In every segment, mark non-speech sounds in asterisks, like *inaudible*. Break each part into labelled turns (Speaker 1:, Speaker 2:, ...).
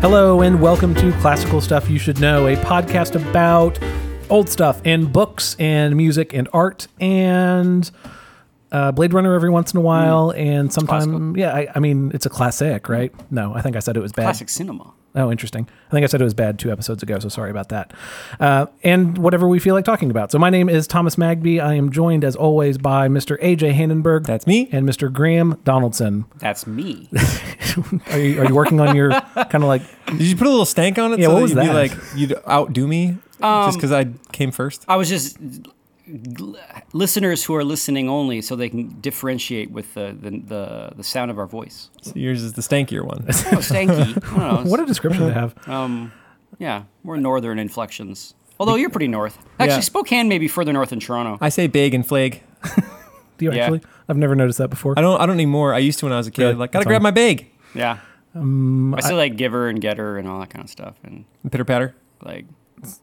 Speaker 1: Hello, and welcome to Classical Stuff You Should Know, a podcast about old stuff and books and music and art and uh, Blade Runner every once in a while.
Speaker 2: Mm.
Speaker 1: and sometimes, yeah, I, I mean, it's a classic, right? No, I think I said it was bad.
Speaker 3: Classic cinema.
Speaker 1: Oh, interesting. I think I said it was bad two episodes ago, so sorry about that. Uh, and whatever we feel like talking about. So my name is Thomas Magby. I am joined, as always, by Mr. AJ Hindenburg.
Speaker 2: That's me.
Speaker 1: And Mr. Graham Donaldson. *laughs*
Speaker 3: That's me.
Speaker 1: Are you, are you working on
Speaker 2: *laughs*
Speaker 1: your kind of like?
Speaker 2: Did you put a little stank on it?
Speaker 1: Yeah,
Speaker 2: so
Speaker 1: what was
Speaker 2: you'd
Speaker 1: that?
Speaker 2: be like you'd outdo me
Speaker 3: Um,
Speaker 2: just because I came first.
Speaker 3: I was just gl- listeners who are listening only, so they can differentiate with the the, the, the sound of our voice.
Speaker 2: So yours is the stankier one. *laughs*
Speaker 3: Oh, stanky. I don't know.
Speaker 1: What a description to have.
Speaker 3: um, yeah, more northern inflections. Although you're pretty north. Actually,
Speaker 2: Yeah.
Speaker 3: Spokane may be further north than Toronto.
Speaker 2: I say big and flag.
Speaker 1: Do you
Speaker 3: Yeah.
Speaker 1: actually? I've never noticed that before.
Speaker 2: I don't. I don't anymore. I used to when I was a kid.
Speaker 1: Really?
Speaker 2: Like gotta
Speaker 1: That's
Speaker 2: grab
Speaker 1: fine.
Speaker 2: my bag.
Speaker 3: yeah. I still like giver and getter and all that kind of stuff, and
Speaker 2: Pitter patter.
Speaker 3: like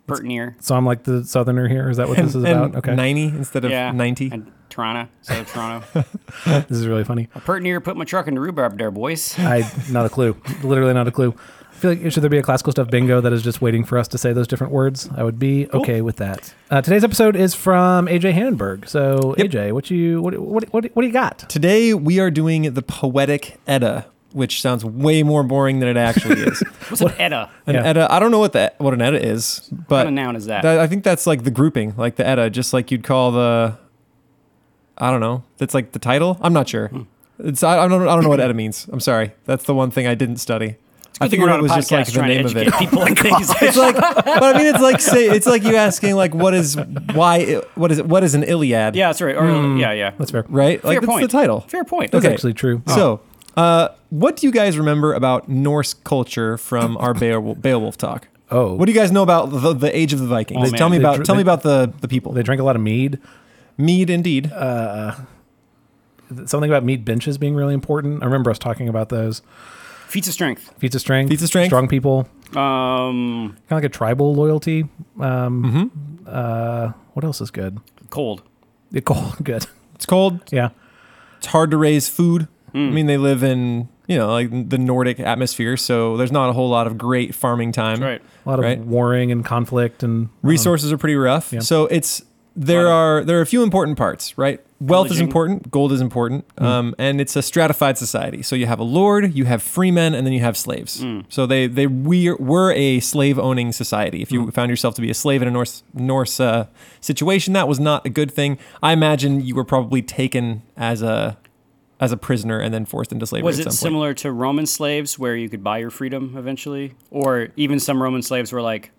Speaker 3: pertnere.
Speaker 1: So I'm like the southerner here. Is that what this is about?
Speaker 2: And
Speaker 1: Okay,
Speaker 2: ninety instead of
Speaker 3: Yeah.
Speaker 2: ninety.
Speaker 3: And Toronto. So Toronto. *laughs*
Speaker 1: this is really funny.
Speaker 3: pertnere put my truck in the rhubarb there, boys.
Speaker 1: I not a clue. Literally not a clue. I feel like should there be a classical stuff bingo that is just waiting for us to say those different words? I would be okay with that. Uh, today's episode is from AJ Hannenberg. So AJ, what you what what what, what do you got?
Speaker 2: Today we are doing the poetic Edda, which sounds way more boring than it actually
Speaker 1: *laughs*
Speaker 2: is.
Speaker 3: What's an edda?
Speaker 2: An
Speaker 1: Yeah.
Speaker 2: Edda. I don't know what the what an Edda is, but
Speaker 3: kind of noun is that?
Speaker 2: That, I think that's like the grouping, like the Edda, just like you'd call the. I don't know. That's like the title. I'm not
Speaker 3: Hmm.
Speaker 2: sure. It's I, I don't I don't know what Edda means. I'm sorry. That's the one thing I didn't study. I
Speaker 3: Good thing we're
Speaker 2: figured
Speaker 3: not
Speaker 2: it was
Speaker 3: on a
Speaker 2: just like
Speaker 3: podcast
Speaker 2: the
Speaker 3: trying to
Speaker 2: name of it.
Speaker 3: educate People on things.
Speaker 2: It's *laughs* like, but I mean, it's like say, it's like you asking like, what is why? What is what is an
Speaker 3: *laughs*
Speaker 2: Iliad?
Speaker 3: yeah, that's right. Or, Yeah, yeah.
Speaker 1: That's fair.
Speaker 2: Right.
Speaker 3: Fair
Speaker 2: Like Hmm. that's
Speaker 3: point. Oh.
Speaker 2: the title.
Speaker 3: Fair point.
Speaker 1: That's
Speaker 2: Okay.
Speaker 1: actually true. Oh,
Speaker 2: So, uh, what do you guys remember about Norse culture from our Beowulf, Beowulf talk?
Speaker 1: Oh.
Speaker 2: what do you guys know about the, the age of the Vikings?
Speaker 3: man.
Speaker 2: tell me
Speaker 1: They
Speaker 2: about
Speaker 1: dr-
Speaker 2: tell
Speaker 1: they-
Speaker 2: me about the the people.
Speaker 1: they Uh, drank a lot of mead.
Speaker 2: Mead, indeed.
Speaker 1: Something about mead benches being really important. I remember us talking about those
Speaker 3: Feats of strength.
Speaker 1: feats of strength,
Speaker 2: Feats of strength.
Speaker 1: strong people,
Speaker 3: Um,
Speaker 1: kind of like a tribal loyalty. Um,
Speaker 3: Mm-hmm.
Speaker 1: uh, what else is good?
Speaker 3: cold.
Speaker 1: The cold, *laughs* good.
Speaker 2: it's cold.
Speaker 1: Yeah.
Speaker 2: It's hard to raise food. I mean, they live in you know like the Nordic atmosphere, so there's not a whole lot of great farming time.
Speaker 3: Right.
Speaker 1: A lot of
Speaker 2: Hmm. Right.
Speaker 1: warring and conflict and
Speaker 2: Resources are pretty rough. So it's there are there are a few important parts, right? Wealth is
Speaker 3: Pillaging.
Speaker 2: important, gold is important,
Speaker 1: Hmm.
Speaker 2: um, and it's a stratified society. So you have a lord, you have freemen, and then you have slaves.
Speaker 3: Hmm.
Speaker 2: So they they we were a slave owning society. If
Speaker 1: Hmm.
Speaker 2: you found yourself to be a slave in a Norse Norse uh, situation, that was not a good thing. I imagine you were probably taken as a as a prisoner and then forced into slavery.
Speaker 3: Was
Speaker 2: at
Speaker 3: it
Speaker 2: some point.
Speaker 3: similar to Roman slaves where you could buy your freedom eventually? Or even some Roman slaves were like,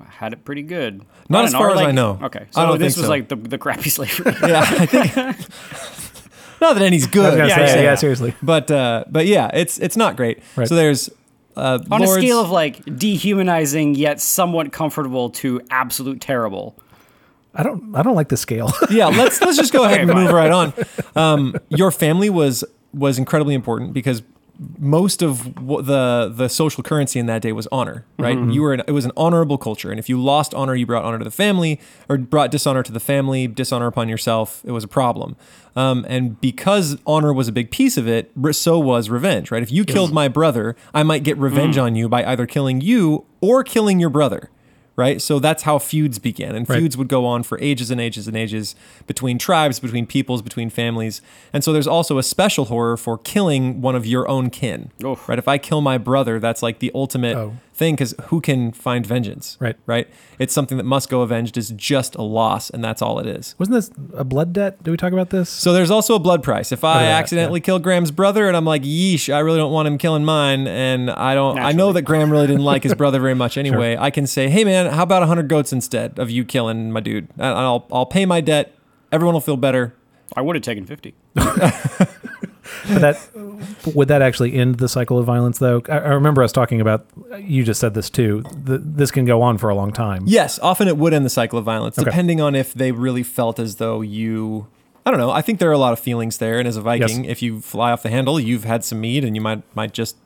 Speaker 3: I had it pretty good.
Speaker 2: Not
Speaker 3: I
Speaker 2: as
Speaker 3: don't know, or
Speaker 2: far as
Speaker 3: like-
Speaker 2: I know.
Speaker 3: Okay. So
Speaker 2: I don't
Speaker 3: this
Speaker 2: think
Speaker 3: was
Speaker 2: so.
Speaker 3: like the, the crappy *laughs*
Speaker 2: *laughs*
Speaker 3: slavery.
Speaker 2: yeah, I think.
Speaker 3: *laughs*
Speaker 2: *laughs* not that any's
Speaker 1: I
Speaker 2: good.
Speaker 1: was gonna
Speaker 3: Uh, Yeah,
Speaker 1: say,
Speaker 3: yeah,
Speaker 1: yeah,
Speaker 3: yeah.
Speaker 1: seriously.
Speaker 2: But uh, but yeah, it's it's not great.
Speaker 1: Right.
Speaker 2: So there's uh,
Speaker 3: On
Speaker 2: lords,
Speaker 3: a scale of like dehumanizing yet somewhat comfortable to absolute terrible.
Speaker 1: I don't I don't like the scale. *laughs*
Speaker 2: yeah. Let's let's
Speaker 3: *laughs*
Speaker 2: just go ahead and
Speaker 3: Okay,
Speaker 2: move right on. Um, your family was was incredibly important because most of wh- the the social currency in that day was honor, right? You were an, it was an honorable culture, and if you lost honor, you brought honor to the family or brought dishonor to the family, dishonor upon yourself. It was a problem, um, and because honor was a big piece of it, re- so was revenge, right? If you killed my brother, I might get revenge on you by either killing you or killing your brother. Right, so that's how feuds began, and
Speaker 1: Right.
Speaker 2: feuds would go on for ages and ages and ages between tribes, between peoples, between families, and so there's also a special horror for killing one of your own kin.
Speaker 3: Oof.
Speaker 2: Right? If I kill my brother, that's like the ultimate
Speaker 1: Oh.
Speaker 2: thing because who can find vengeance?
Speaker 1: Right.
Speaker 2: Right. It's something that must go avenged. Is just a loss, and that's all it is.
Speaker 1: Wasn't this a blood debt? Did we talk about this?
Speaker 2: So there's also a blood price. If
Speaker 1: Heard
Speaker 2: I
Speaker 1: of that,
Speaker 2: accidentally kill Graham's brother, and I'm like, yeesh, I really don't want him killing mine, and I don't, I know
Speaker 3: Naturally.
Speaker 2: that Graham really didn't like his brother very much anyway. I can say, hey man, how about 100 goats instead of you killing my dude? And I'll, I'll pay my debt. Everyone will feel better.
Speaker 3: I would have taken 50.
Speaker 1: But
Speaker 3: *laughs*
Speaker 1: that would that actually end the cycle of violence though? I, I remember us talking about you just said this too. Th this can go on for a long time.
Speaker 2: Yes, often it would end the cycle of violence, depending on if they really felt as though you. I don't know. I think there are a lot of feelings there, and as a Viking, if you fly off the handle, you've had some mead, and you might might just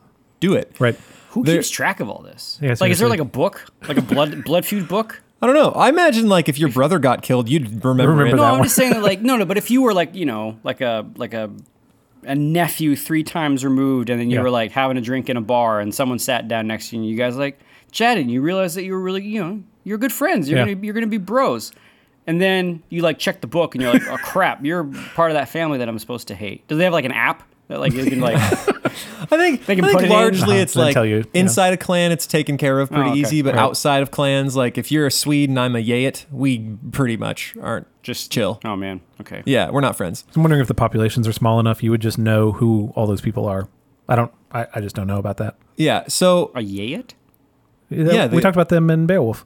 Speaker 2: do it.
Speaker 1: Right.
Speaker 3: Who
Speaker 2: There-
Speaker 3: keeps track of all this?
Speaker 1: Yeah,
Speaker 3: like, is
Speaker 1: seriously.
Speaker 3: there like a book, like a blood *laughs* blood feud book?
Speaker 2: I don't know. I imagine like if your brother got killed, you'd remember.
Speaker 1: Remember
Speaker 2: it.
Speaker 1: that
Speaker 3: No, I'm
Speaker 1: one.
Speaker 3: just saying that, like, no, no. But if you were like, you know, like a like a a nephew three times removed, and then you
Speaker 1: Yeah.
Speaker 3: were like having a drink in a bar, and someone sat down next to you, and you guys like chatted, and you realized that you were really, you know, you're good friends. You're
Speaker 1: Yeah.
Speaker 3: gonna you're gonna be bros. And then you like check the book, and
Speaker 1: *laughs*
Speaker 3: you're like, oh crap, you're part of that family that I'm supposed to hate. Do they have like an app that like you can like?
Speaker 1: *laughs*
Speaker 2: I think,
Speaker 3: They can
Speaker 2: I
Speaker 3: put
Speaker 2: think
Speaker 3: it in.
Speaker 2: largely
Speaker 1: Uh-huh.
Speaker 2: it's
Speaker 1: They'll
Speaker 2: like
Speaker 1: tell you, yeah.
Speaker 2: inside a clan, it's taken care of pretty
Speaker 3: okay.
Speaker 2: easy. But
Speaker 1: Right.
Speaker 2: outside of clans, like if you're a Swede and I'm a Yayat, we pretty much aren't
Speaker 3: Just-
Speaker 2: just chill.
Speaker 3: oh man, okay.
Speaker 2: Yeah, we're not friends.
Speaker 1: I'm wondering if the populations are small enough you would just know who all those people are. I don't. I, I just don't know about that.
Speaker 2: Yeah, so
Speaker 3: A yayat?
Speaker 1: Yeah, we
Speaker 2: they-
Speaker 1: talked about them in Beowulf.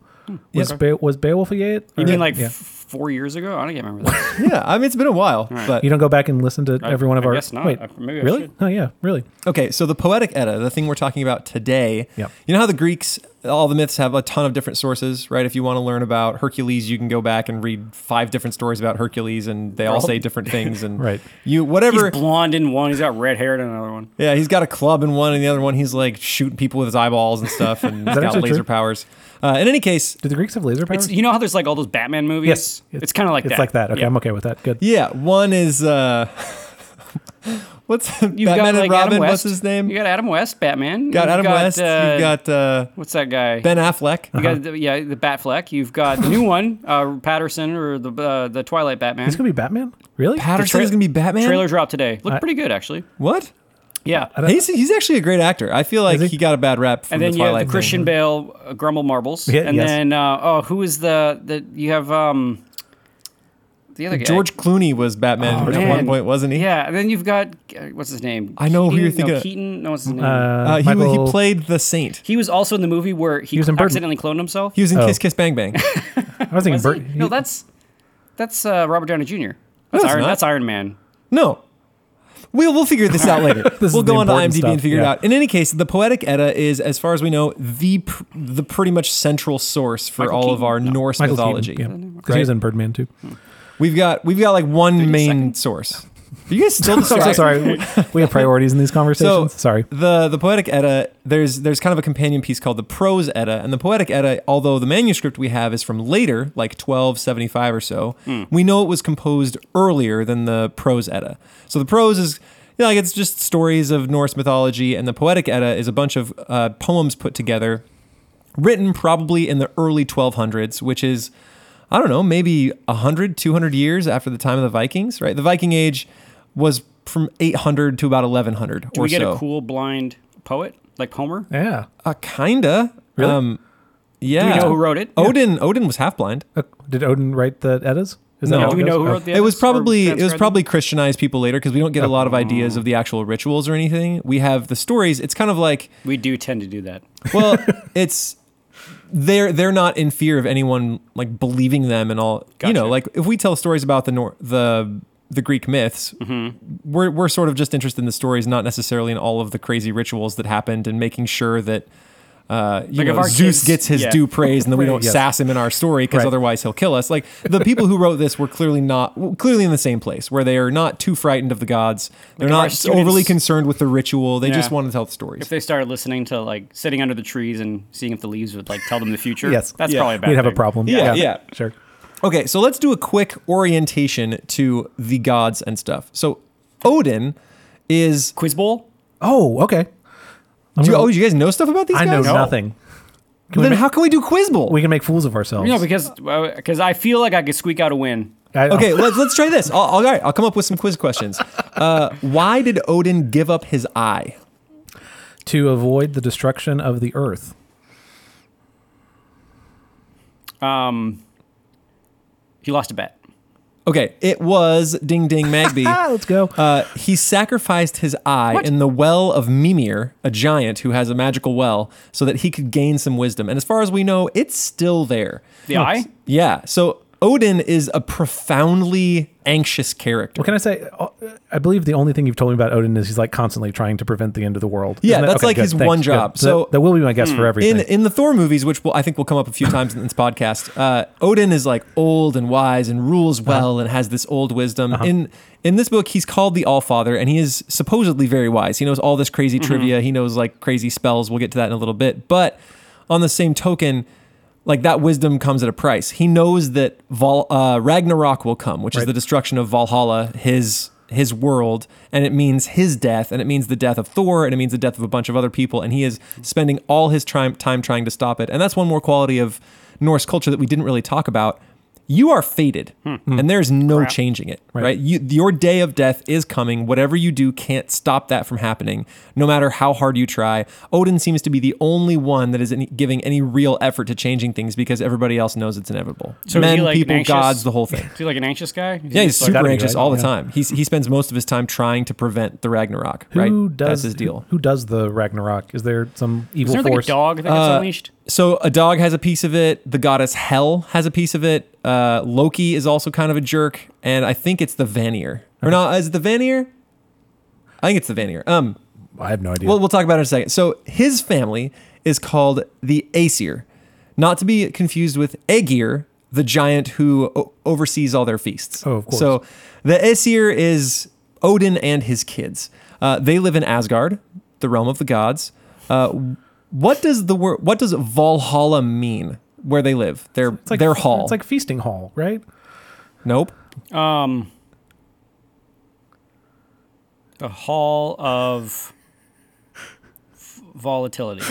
Speaker 1: Was Be- was Beowulf a yet?
Speaker 3: Hmm. You mean like
Speaker 1: yeah.
Speaker 3: f- four years ago? I don't even remember that.
Speaker 2: yeah, I mean it's been a while, but
Speaker 1: you don't go back and listen to every one of
Speaker 3: I
Speaker 1: our?
Speaker 3: guess not.
Speaker 1: Wait,
Speaker 3: I- maybe I
Speaker 1: really?
Speaker 3: should.
Speaker 1: Oh yeah, really.
Speaker 2: Okay, so the poetic Edda, the thing we're talking about today,
Speaker 1: Yep.
Speaker 2: you know how the Greeks, all the myths have a ton of different sources, right? If you want to learn about Hercules, you can go back and read five different stories about Hercules, and they all
Speaker 3: Well-
Speaker 2: say different things, and
Speaker 1: *laughs* Right.
Speaker 2: you whatever.
Speaker 3: He's blonde in one. He's got red hair in another one.
Speaker 2: yeah, he's got a club in one, and the other one he's like shooting people with his eyeballs
Speaker 1: *laughs*
Speaker 2: and stuff, and he's got
Speaker 1: actually
Speaker 2: laser
Speaker 1: true?
Speaker 2: powers. Uh, in any case,
Speaker 1: Do the Greeks have laser powers?
Speaker 3: It's, you know how there's like all those Batman movies?
Speaker 1: yes,
Speaker 3: It's, kind of like
Speaker 1: it's
Speaker 3: that.
Speaker 1: like that. Okay,
Speaker 3: Yeah.
Speaker 1: I'm okay with that. Good.
Speaker 2: yeah, one is uh, *laughs* what's
Speaker 3: You've
Speaker 2: *laughs* Batman
Speaker 3: got like
Speaker 2: and Robin?
Speaker 3: Adam West.
Speaker 2: What's his name?
Speaker 3: You got Adam West, Batman.
Speaker 2: got
Speaker 3: You've
Speaker 2: Adam West.
Speaker 3: uh,
Speaker 2: you've got uh,
Speaker 3: what's that guy?
Speaker 2: Ben Affleck.
Speaker 1: Uh,
Speaker 3: You got the, yeah, the Batfleck. You've got the new one, uh, Patterson or the uh, the Twilight Batman.
Speaker 1: It's gonna be Batman. Really?
Speaker 2: Patterson
Speaker 3: tra-
Speaker 2: is gonna be Batman.
Speaker 3: Trailer dropped today. Looked pretty good actually.
Speaker 2: What?
Speaker 3: Yeah.
Speaker 2: He's, he's actually a great actor. I feel like
Speaker 1: Is
Speaker 2: he?
Speaker 1: he?
Speaker 2: got a bad rap from
Speaker 3: And then
Speaker 2: the
Speaker 3: you have
Speaker 2: Twilight.
Speaker 3: the
Speaker 2: thing.
Speaker 3: Christian Bale, uh, Grumble Marbles,
Speaker 1: Yeah,
Speaker 3: and
Speaker 1: yes.
Speaker 3: then uh, oh, who is the the you have um the other guy
Speaker 2: George Clooney was Batman
Speaker 3: Oh,
Speaker 2: at one
Speaker 3: man.
Speaker 2: point, wasn't he?
Speaker 3: Yeah, and then you've got uh, what's his name?
Speaker 2: I know who
Speaker 3: Keaton?
Speaker 2: you're thinking
Speaker 3: No,
Speaker 2: of.
Speaker 3: Keaton. No, what's his name?
Speaker 2: Uh, he, wa-
Speaker 1: Michael-
Speaker 2: he played the Saint.
Speaker 3: he was also in the movie where he,
Speaker 1: was in Burton.
Speaker 3: accidentally cloned himself.
Speaker 2: He was in
Speaker 1: Oh.
Speaker 2: Kiss Kiss Bang Bang.
Speaker 1: I was thinking
Speaker 3: Was he?
Speaker 1: Bert.
Speaker 3: No, that's that's uh, Robert Downey Jr. That's,
Speaker 2: it's
Speaker 3: Iron,
Speaker 2: not.
Speaker 3: that's Iron Man.
Speaker 2: No. We'll, we'll figure this out later.
Speaker 1: *laughs* This
Speaker 2: we'll
Speaker 1: is the
Speaker 2: go on to
Speaker 1: important
Speaker 2: IMDb and
Speaker 1: stuff,
Speaker 2: figure it
Speaker 1: yeah.
Speaker 2: out. In any case, the Poetic Edda is, as far as we know, the pr- the pretty much central source for
Speaker 3: Michael
Speaker 2: all of
Speaker 3: Keaton?
Speaker 2: our
Speaker 3: No.
Speaker 2: Norse
Speaker 1: Michael
Speaker 2: mythology.
Speaker 1: Keaton. Yeah, because he was in Birdman
Speaker 3: *laughs*
Speaker 1: too.
Speaker 2: We've got we've got like one main
Speaker 3: second.
Speaker 2: source. Are you
Speaker 1: *laughs*
Speaker 2: guys still
Speaker 1: I'm so
Speaker 2: distracted?
Speaker 1: sorry.
Speaker 3: *laughs*
Speaker 1: We- We have priorities in these conversations. sorry.
Speaker 2: The the poetic Edda, there's there's kind of a companion piece called the prose Edda, and the poetic Edda, although the manuscript we have is from later, like 1275 or so,
Speaker 3: Hmm.
Speaker 2: we know it was composed earlier than the prose Edda. So the prose is you know, like it's just stories of Norse mythology, and the poetic Edda is a bunch of uh, poems put together, written probably in the early 1200s, which is I don't know, maybe 100, 200 years after the time of the Vikings, right? The Viking Age was from 800 to about 1100
Speaker 3: Do
Speaker 2: or
Speaker 3: we get
Speaker 2: so.
Speaker 3: a cool blind poet like Homer?
Speaker 1: Yeah.
Speaker 2: Uh, kinda.
Speaker 1: Really?
Speaker 2: Um, yeah.
Speaker 3: Do we know who wrote it?
Speaker 2: Odin. Odin was half blind.
Speaker 1: Uh, did Odin write the Eddas? Is
Speaker 2: No.
Speaker 1: how
Speaker 3: Do we
Speaker 1: it goes?
Speaker 3: know who
Speaker 1: Oh.
Speaker 3: wrote the?
Speaker 2: it was
Speaker 3: edits or
Speaker 2: probably it was
Speaker 3: transcribed
Speaker 2: probably Christianized people later because we don't get a lot of ideas
Speaker 3: Oh.
Speaker 2: of the actual rituals or anything. We have the stories. It's kind of like
Speaker 3: them? We do tend to do that.
Speaker 2: well, it's they're they're not in fear of anyone like believing them and all. You know,
Speaker 3: Gotcha.
Speaker 2: like if we tell stories about the nor- the the Greek myths,
Speaker 3: Mm-hmm.
Speaker 2: we're we're sort of just interested in the stories, not necessarily in all of the crazy rituals that happened and making sure that. Uh, you
Speaker 3: Like, if
Speaker 2: know,
Speaker 3: our
Speaker 2: Zeus
Speaker 3: kids-
Speaker 2: gets his
Speaker 3: yeah.
Speaker 2: due
Speaker 3: *laughs*
Speaker 2: praise, and then we don't
Speaker 1: Yes.
Speaker 2: sass him in our story because
Speaker 1: Right.
Speaker 2: otherwise he'll kill us. Like the people who wrote this were clearly not well, clearly in the same place where they are not too frightened of the gods. They're
Speaker 3: if our
Speaker 2: not
Speaker 3: students-
Speaker 2: overly concerned with the ritual. They just
Speaker 3: Yeah.
Speaker 2: want to tell the stories.
Speaker 3: If they started listening to like sitting under the trees and seeing if the leaves would like tell them the future,
Speaker 1: Yes.
Speaker 3: that's
Speaker 2: Yeah.
Speaker 3: probably a bad
Speaker 1: We'd have a
Speaker 3: thing.
Speaker 1: problem.
Speaker 2: Yeah, yeah.
Speaker 1: Sure.
Speaker 2: Okay, so let's do a quick orientation to the gods and stuff. So Odin is.
Speaker 3: Quiz bowl.
Speaker 1: Oh, okay. I'm
Speaker 2: Do you,
Speaker 1: gonna-
Speaker 2: oh, you guys know stuff about these
Speaker 1: I know
Speaker 2: guys?
Speaker 1: nothing. Can we,
Speaker 2: Then
Speaker 1: make-
Speaker 2: how can we do Quiz Bowl?
Speaker 1: we can make fools of ourselves.
Speaker 3: No, because because I feel like I could squeak out a win.
Speaker 1: I-
Speaker 2: okay, let's let's try this. I'll, all right, I'll come up with some quiz questions. Uh, why did Odin give up his eye?
Speaker 1: to avoid the destruction of the earth.
Speaker 3: Um, he lost a bet.
Speaker 2: Okay, it was Ding Ding Magby.
Speaker 1: Ah, *laughs* let's go.
Speaker 2: Uh, he sacrificed his eye in the well of Mimir, a giant who has a magical well, so that he could gain some wisdom. And as far as we know, it's still there.
Speaker 3: The eye.
Speaker 2: Yeah. So Odin is a profoundly anxious character.
Speaker 1: What can I say? Uh, I believe the only thing you've told me about Odin is he's like constantly trying to prevent the end of the world.
Speaker 2: Yeah,
Speaker 1: Isn't that-
Speaker 2: that's like his one
Speaker 1: good.
Speaker 2: job.
Speaker 1: So
Speaker 2: So- Hmm.
Speaker 1: that, that will be my guess for everything.
Speaker 2: In in the Thor movies, which will, I think will come up a few times in this podcast, uh, Odin is like old and wise and rules well and has this old wisdom. In in this book, he's called the All Father, and he is supposedly very wise. He knows all this crazy trivia. He knows like crazy spells. We'll get to that in a little bit. But on the same token. Like that wisdom comes at a price. He knows that Vol, uh, Ragnarok will come, which is
Speaker 1: Right.
Speaker 2: the destruction of Valhalla, his his world, and it means his death, and it means the death of Thor, and it means the death of a bunch of other people, and he is spending all his time time trying to stop it. And that's one more quality of Norse culture that we didn't really talk about. You are fated,
Speaker 3: Hmm.
Speaker 1: Hmm.
Speaker 2: and there's no changing it. Right? You, your day of death is coming. Whatever you do can't stop that from happening, no matter how hard you try. Odin seems to be the only one that is any, giving any real effort to changing things because everybody else knows it's inevitable.
Speaker 3: So is he
Speaker 2: Men,
Speaker 3: like an
Speaker 2: people,
Speaker 3: anxious-
Speaker 2: gods, the whole thing.
Speaker 3: *laughs* Is he like an anxious guy? Is he
Speaker 2: Yeah, he's
Speaker 3: just like-
Speaker 2: super
Speaker 1: gotta be,
Speaker 2: anxious
Speaker 1: right?
Speaker 2: all the
Speaker 1: Yeah.
Speaker 2: time. He's, he spends most of his time trying to prevent the Ragnarok.
Speaker 1: Who
Speaker 2: right,
Speaker 1: does
Speaker 2: that's his
Speaker 1: who-
Speaker 2: deal.
Speaker 1: Who, does the Ragnarok? Is there some evil
Speaker 3: Isn't there like a
Speaker 1: force?
Speaker 3: dog that gets
Speaker 2: Uh,
Speaker 3: unleashed?
Speaker 2: So a dog has a piece of it. The goddess Hel has a piece of it. Uh, Loki is also kind of a jerk, and I think it's the Vanir. Or no, is it the Vanir? I think it's the Vanir. Um,
Speaker 1: I have no idea.
Speaker 2: Well, we'll talk about it in a second. So his family is called the Aesir, not to be confused with Aegir, the giant who o- oversees all their feasts.
Speaker 1: Oh, of course.
Speaker 2: So the Aesir is Odin and his kids. Uh, they live in Asgard, the realm of the gods. Uh, what does the word? What does Valhalla mean? Where they live? Their
Speaker 1: it's like,
Speaker 2: their hall?
Speaker 1: It's like feasting hall, right?
Speaker 2: nope.
Speaker 3: Um, the Hall of F- Volatility.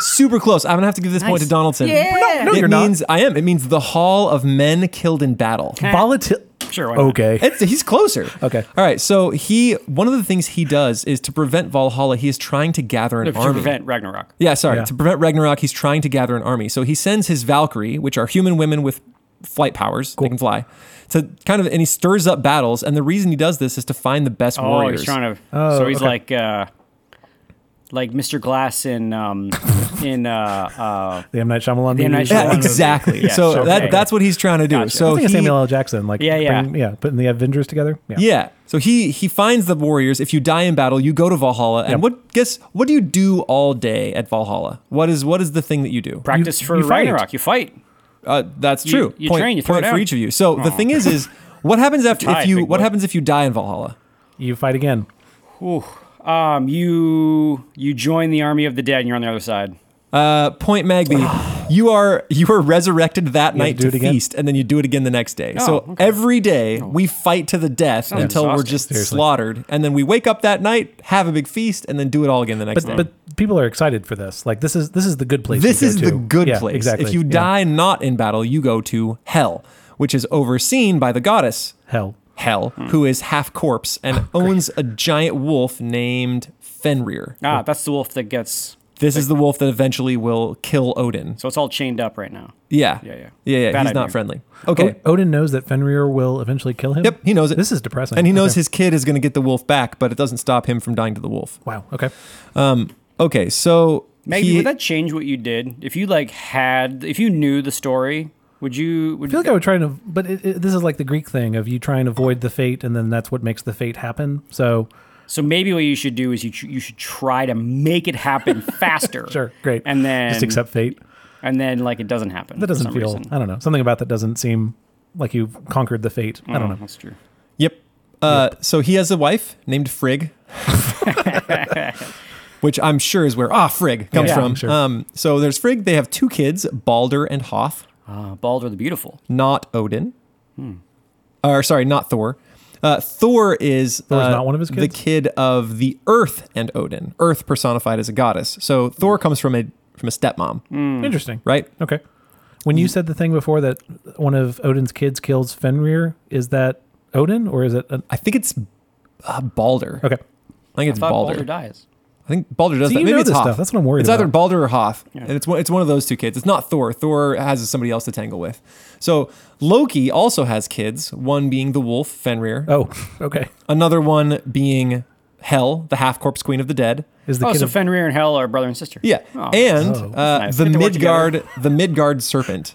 Speaker 2: Super close. I'm gonna have to give this point to
Speaker 3: Nice.
Speaker 2: Donaldson.
Speaker 1: No,
Speaker 2: it
Speaker 1: you're not.
Speaker 2: means I am. It means the hall of men killed in battle.
Speaker 1: Volatil.
Speaker 3: Sure. Why not?
Speaker 1: Okay.
Speaker 2: It's, he's closer.
Speaker 1: Okay.
Speaker 2: All right. So he one of the things he does is to prevent Valhalla. He is trying to gather an
Speaker 3: To
Speaker 2: army.
Speaker 3: prevent Ragnarok.
Speaker 2: yeah, sorry.
Speaker 1: Yeah.
Speaker 2: To prevent Ragnarok, he's trying to gather an army. So he sends his Valkyrie, which are human women with flight powers, they can fly, to kind of and he stirs up battles. And the reason he does this is to find the best
Speaker 3: Oh,
Speaker 2: warriors.
Speaker 3: he's trying to. so he's like, uh, like Mr. Glass in
Speaker 2: *laughs*
Speaker 3: um, in uh, uh,
Speaker 1: The M Night Shyamalan.
Speaker 3: M. Night
Speaker 1: movies.
Speaker 3: Shyamalan.
Speaker 2: yeah,
Speaker 3: movie.
Speaker 2: exactly.
Speaker 3: Yeah,
Speaker 2: so
Speaker 3: sure.
Speaker 2: that,
Speaker 3: Okay.
Speaker 2: that's what he's trying to do.
Speaker 3: Gotcha.
Speaker 1: I
Speaker 2: So
Speaker 1: think it's
Speaker 2: he,
Speaker 1: Samuel L. Jackson, like
Speaker 3: Yeah, yeah.
Speaker 1: bring- yeah, putting the Avengers together. Yeah,
Speaker 2: Yeah. So he he finds the warriors. If you die in battle, you go to Valhalla. And what guess what do you do all day at Valhalla? What is what is the thing that you do?
Speaker 3: practice for
Speaker 1: you fight.
Speaker 3: Ragnarok. You fight.
Speaker 2: Uh, that's
Speaker 3: You-
Speaker 2: true.
Speaker 3: you
Speaker 2: point
Speaker 3: train, you throw
Speaker 2: point
Speaker 3: it
Speaker 2: for
Speaker 3: out.
Speaker 2: each of you. So the
Speaker 3: Aw.
Speaker 2: thing
Speaker 3: *laughs*
Speaker 2: is, is what happens after
Speaker 3: Tied,
Speaker 2: if you
Speaker 3: big
Speaker 2: what
Speaker 3: boy.
Speaker 2: happens if you die in Valhalla?
Speaker 1: you fight again.
Speaker 3: Ooh. Um, you you join the army of the dead, and you're on the other side.
Speaker 2: Uh, point Magby,
Speaker 3: *sighs*
Speaker 2: you are you are resurrected that night
Speaker 1: do
Speaker 2: to
Speaker 1: it again?
Speaker 2: feast, and then you do it again the next day. so
Speaker 3: Oh, okay. Oh.
Speaker 2: every day we fight to the death until we're
Speaker 3: exhausting.
Speaker 2: just slaughtered, and then we wake up that night, have a big feast, and then do it all again the next
Speaker 1: But
Speaker 2: day.
Speaker 1: but people are excited for this. Like this is this is the good place.
Speaker 2: This
Speaker 1: to go
Speaker 2: is the
Speaker 1: to.
Speaker 2: good
Speaker 1: Yeah,
Speaker 2: place.
Speaker 1: Exactly.
Speaker 2: If you
Speaker 1: Yeah.
Speaker 2: die not in battle, you go to hell, which is overseen by the goddess
Speaker 1: hell.
Speaker 2: Hell,
Speaker 3: Hmm.
Speaker 2: who is half corpse and
Speaker 3: Oh,
Speaker 2: owns a giant wolf named Fenrir.
Speaker 3: Ah, that's the wolf that gets.
Speaker 2: This is the wolf that eventually will kill Odin.
Speaker 3: So it's all chained up right now.
Speaker 2: Yeah.
Speaker 3: Yeah, yeah.
Speaker 2: Yeah, yeah.
Speaker 3: Bad
Speaker 2: He's
Speaker 3: idea.
Speaker 2: not friendly. Okay.
Speaker 1: O- Odin knows that Fenrir will eventually kill him.
Speaker 2: Yep, he knows it.
Speaker 1: Oh. This is depressing.
Speaker 2: And he knows
Speaker 1: Okay.
Speaker 2: his kid is going to get the wolf back, but it doesn't stop him from dying to the wolf.
Speaker 1: Wow. Okay.
Speaker 2: Okay, so
Speaker 3: Maybe
Speaker 2: he-
Speaker 3: would that change what you did if you like had if you knew the story? Would you? Would
Speaker 1: I feel like I would try to, but it, it, this is like the Greek thing of you try and avoid the fate, and then that's what makes the fate happen. So
Speaker 3: So maybe what you should do is you tr- you should try to make it
Speaker 1: *laughs*
Speaker 3: happen faster.
Speaker 1: sure, great.
Speaker 3: And then
Speaker 1: just accept fate.
Speaker 3: And then like it doesn't happen.
Speaker 1: That
Speaker 3: for
Speaker 1: doesn't
Speaker 3: some
Speaker 1: feel.
Speaker 3: reason.
Speaker 1: I don't know. Something about that doesn't seem like you've conquered the fate. I
Speaker 3: Oh,
Speaker 1: don't know.
Speaker 3: That's true.
Speaker 2: Yep. Uh, So he has a wife
Speaker 3: *laughs*
Speaker 2: named Frigg, which I'm sure is where ah Frigg comes
Speaker 1: Yeah,
Speaker 2: from.
Speaker 1: sure.
Speaker 2: Um, so there's Frigg. They have two kids, Balder and Hoth,
Speaker 3: Uh, Baldur the Beautiful.
Speaker 2: not Odin, Hmm. or sorry, not Thor. Uh, Thor is
Speaker 1: Thor's
Speaker 2: uh,
Speaker 1: not one of his
Speaker 2: the
Speaker 1: kids?
Speaker 2: kid of the Earth and Odin. Earth personified as a goddess. So Thor comes from a from a stepmom,
Speaker 3: Mm-hmm.
Speaker 1: Interesting.
Speaker 2: right?
Speaker 1: Okay. When you said the thing before that one of Odin's kids kills Fenrir, is that Odin or is it? An,
Speaker 2: I think it's uh, Balder.
Speaker 1: okay.
Speaker 2: I think it's
Speaker 3: Thought Baldur.
Speaker 2: Balder.
Speaker 3: dies.
Speaker 2: I think Balder does
Speaker 1: See,
Speaker 2: that.
Speaker 1: you
Speaker 2: Maybe
Speaker 1: know
Speaker 2: it's
Speaker 1: this
Speaker 2: Hoth.
Speaker 1: stuff. That's what I'm worried
Speaker 2: It's either
Speaker 1: about.
Speaker 2: Balder or Hoth, and it's one, it's one of those two kids. It's not Thor. Thor has somebody else to tangle with. So Loki also has kids. One being the wolf Fenrir,
Speaker 1: Oh, okay.
Speaker 2: another one being Hel, the half corpse queen of the dead.
Speaker 1: Is the
Speaker 3: Oh,
Speaker 1: kid
Speaker 3: so
Speaker 1: of-
Speaker 3: Fenrir and Hel are brother and sister.
Speaker 2: Yeah,
Speaker 3: Oh.
Speaker 2: and
Speaker 1: Oh.
Speaker 2: uh,
Speaker 3: Nice.
Speaker 2: the
Speaker 3: Get to work Hmm.
Speaker 2: Midgard, the
Speaker 3: *laughs*
Speaker 2: Midgard serpent.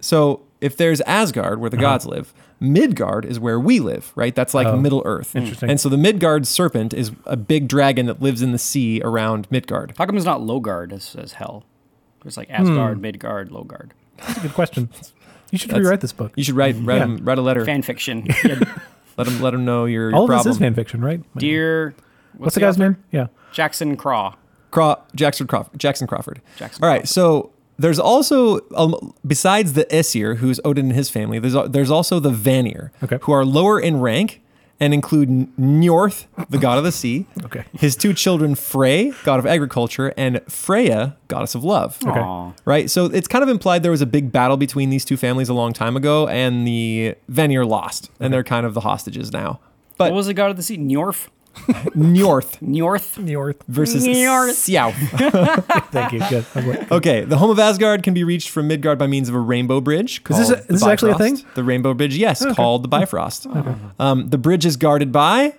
Speaker 2: So if there's Asgard
Speaker 3: Uh-huh.
Speaker 2: where the gods live, Midgard is where we live, right? That's
Speaker 3: Oh,
Speaker 2: like Middle Earth.
Speaker 1: Interesting.
Speaker 2: And so the Midgard serpent is a big dragon that lives in the sea around Midgard.
Speaker 3: How come it's not Logard as, as Hel? It's like Asgard,
Speaker 1: Hmm.
Speaker 3: Midgard, Logard.
Speaker 1: That's a good question. You should rewrite this book.
Speaker 2: You should write write,
Speaker 1: Yeah.
Speaker 2: 'em- write a letter.
Speaker 1: *laughs*
Speaker 3: Fan fiction.
Speaker 2: Let him let him know your, your
Speaker 1: All of
Speaker 2: problem.
Speaker 1: this is fan fiction, right?
Speaker 3: Dear.
Speaker 1: What's the guy's
Speaker 3: author?
Speaker 1: name? Yeah.
Speaker 3: Jackson Craw.
Speaker 2: Craw- Jackson Crawford. Jackson Crawford.
Speaker 3: Jackson
Speaker 2: All right. So there's also um, besides the Esir, who's Odin and his family. There's al- there's also the Vanir,
Speaker 1: Okay.
Speaker 2: who are lower in rank and include N- Njorth, the god of the sea,
Speaker 1: Okay.
Speaker 2: his two children Frey, god of agriculture, and Freya, goddess of love.
Speaker 1: Okay.
Speaker 3: Aw.
Speaker 2: Right? So it's kind of implied there was a big battle between these two families a long time ago, and the Vanir lost, and they're kind of the hostages now.
Speaker 3: What
Speaker 2: But
Speaker 3: was the god of the sea? Njorf?
Speaker 2: Njorth
Speaker 3: Njorth?
Speaker 1: Njorth.
Speaker 2: versus
Speaker 3: Njorth.
Speaker 2: Siao.
Speaker 1: Thank you. Good. I'm like-
Speaker 2: Okay, the home of Asgard can be reached from Midgard by means of a rainbow bridge. Called
Speaker 1: this a-
Speaker 2: the
Speaker 1: this is actually a
Speaker 2: Bifrost.
Speaker 1: thing? Hmm.
Speaker 2: The rainbow bridge, yes, called the Bifrost. Um, the bridge is guarded by.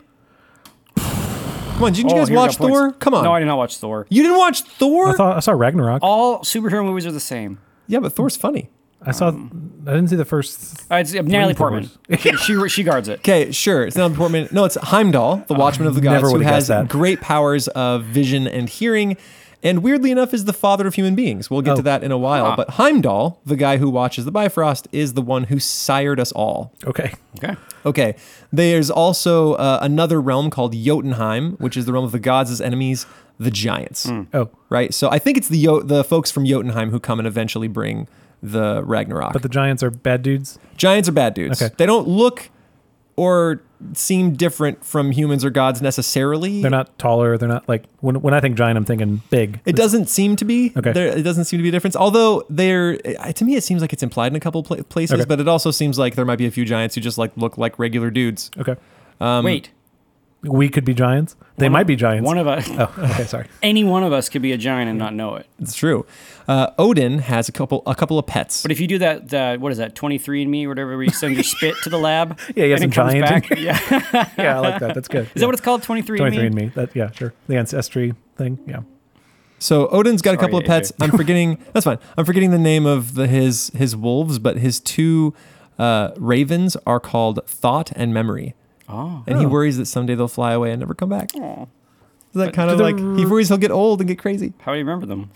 Speaker 2: Come on, didn't you
Speaker 3: Oh,
Speaker 2: guys
Speaker 3: here we
Speaker 2: watch
Speaker 3: got points.
Speaker 2: Thor? Come on,
Speaker 3: No, I did not watch Thor.
Speaker 2: you didn't watch Thor.
Speaker 1: I, thought, I saw Ragnarok.
Speaker 3: All superhero movies are the same.
Speaker 2: yeah, but Thor's funny.
Speaker 1: I saw. I didn't see the first.
Speaker 3: Uh, it's uh, Natalie Portman.
Speaker 1: Thor's.
Speaker 3: she, she she guards it.
Speaker 2: Okay, sure. It's not important. No, it's Heimdall, the Watchman of the
Speaker 1: never
Speaker 2: Gods, who
Speaker 1: would've guessed
Speaker 2: has
Speaker 1: that.
Speaker 2: great powers of vision and hearing, and weirdly enough, is the father of human beings. We'll get
Speaker 1: Oh.
Speaker 2: to that in a while. But Heimdall, the guy who watches the Bifrost, is the one who sired us all.
Speaker 1: Okay.
Speaker 3: Okay.
Speaker 2: *laughs* Okay. There's also uh, another realm called Jotunheim, which is the realm of the gods as enemies, the giants.
Speaker 1: Oh,
Speaker 2: Right? So I think it's the Yo- the folks from Jotunheim who come and eventually bring the Ragnarok.
Speaker 1: but the Giants are bad dudes.
Speaker 2: giants are bad dudes.
Speaker 1: Okay.
Speaker 2: They don't look or seem different from humans or gods necessarily.
Speaker 1: They're not taller. They're not like when when I think giant, I'm thinking big.
Speaker 2: It doesn't seem to be.
Speaker 1: Okay.
Speaker 2: There, it doesn't seem to be a difference. Although there, I- to me, it seems like it's implied in a couple pla- places,
Speaker 1: Okay.
Speaker 2: but it also seems like there might be a few giants who just like look like regular dudes.
Speaker 1: Okay.
Speaker 3: Wait.
Speaker 1: We could be giants. They might be giants.
Speaker 3: One of us.
Speaker 1: oh, okay. Sorry.
Speaker 3: Any one of us could be a giant and not know it.
Speaker 2: It's true. Uh, Odin has a couple a couple of pets.
Speaker 3: But if you do that, that what is that? Twenty three and me, or whatever. Where you send your spit to the lab.
Speaker 1: Yeah, you have
Speaker 3: and it
Speaker 1: some
Speaker 3: comes
Speaker 1: giant
Speaker 3: back. Yeah. Is
Speaker 1: Yeah, I like that. That's good. Is
Speaker 3: that what it's called? Twenty three.
Speaker 1: Twenty three and me. That yeah, sure. The ancestry thing. Yeah.
Speaker 2: So Odin's got a couple of
Speaker 3: AJ.
Speaker 2: pets.
Speaker 3: *laughs*
Speaker 2: I'm forgetting. That's fine. I'm forgetting the name of the, his his wolves, but his two uh, ravens are called Thought and Memory,
Speaker 3: Oh.
Speaker 2: and he worries that someday they'll fly away and never come back. Is that kind
Speaker 1: do
Speaker 2: of
Speaker 1: the
Speaker 2: like he worries he'll get old and get crazy?
Speaker 3: How do you remember them?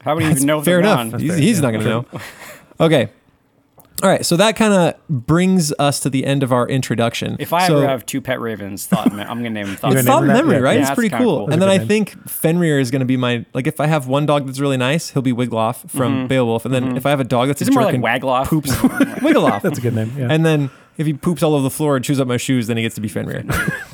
Speaker 3: How would you even know? if
Speaker 2: Fair
Speaker 3: they're
Speaker 2: enough.
Speaker 3: gone?
Speaker 2: He's,
Speaker 1: fair,
Speaker 2: he's
Speaker 1: yeah.
Speaker 2: not going to know. Okay. All right. So that kind of brings us to the end of our introduction.
Speaker 3: If I
Speaker 2: so,
Speaker 3: ever have two pet ravens, thought I'm gonna name them thought.
Speaker 1: You're
Speaker 2: It's
Speaker 1: gonna
Speaker 2: thought
Speaker 1: name
Speaker 2: and
Speaker 1: her that?
Speaker 2: memory,
Speaker 1: Yeah.
Speaker 2: right?
Speaker 3: Yeah,
Speaker 2: it's
Speaker 3: that's
Speaker 2: pretty
Speaker 3: kinda
Speaker 2: cool.
Speaker 3: cool.
Speaker 1: That's
Speaker 2: And
Speaker 1: a
Speaker 2: then I
Speaker 1: good name.
Speaker 2: think Fenrir is going to be my like. If I have one dog that's really nice, he'll be Wiglaf from Beowulf. And then if I have a dog that's a
Speaker 3: Is it more
Speaker 2: jerk
Speaker 3: like
Speaker 2: and
Speaker 3: Wagloff?
Speaker 2: poops,
Speaker 1: *laughs*
Speaker 3: *laughs*
Speaker 2: Wiglaf.
Speaker 1: That's a good name. Yeah.
Speaker 2: And then if he poops all over the floor and chews up my shoes, then he gets to be Fenrir.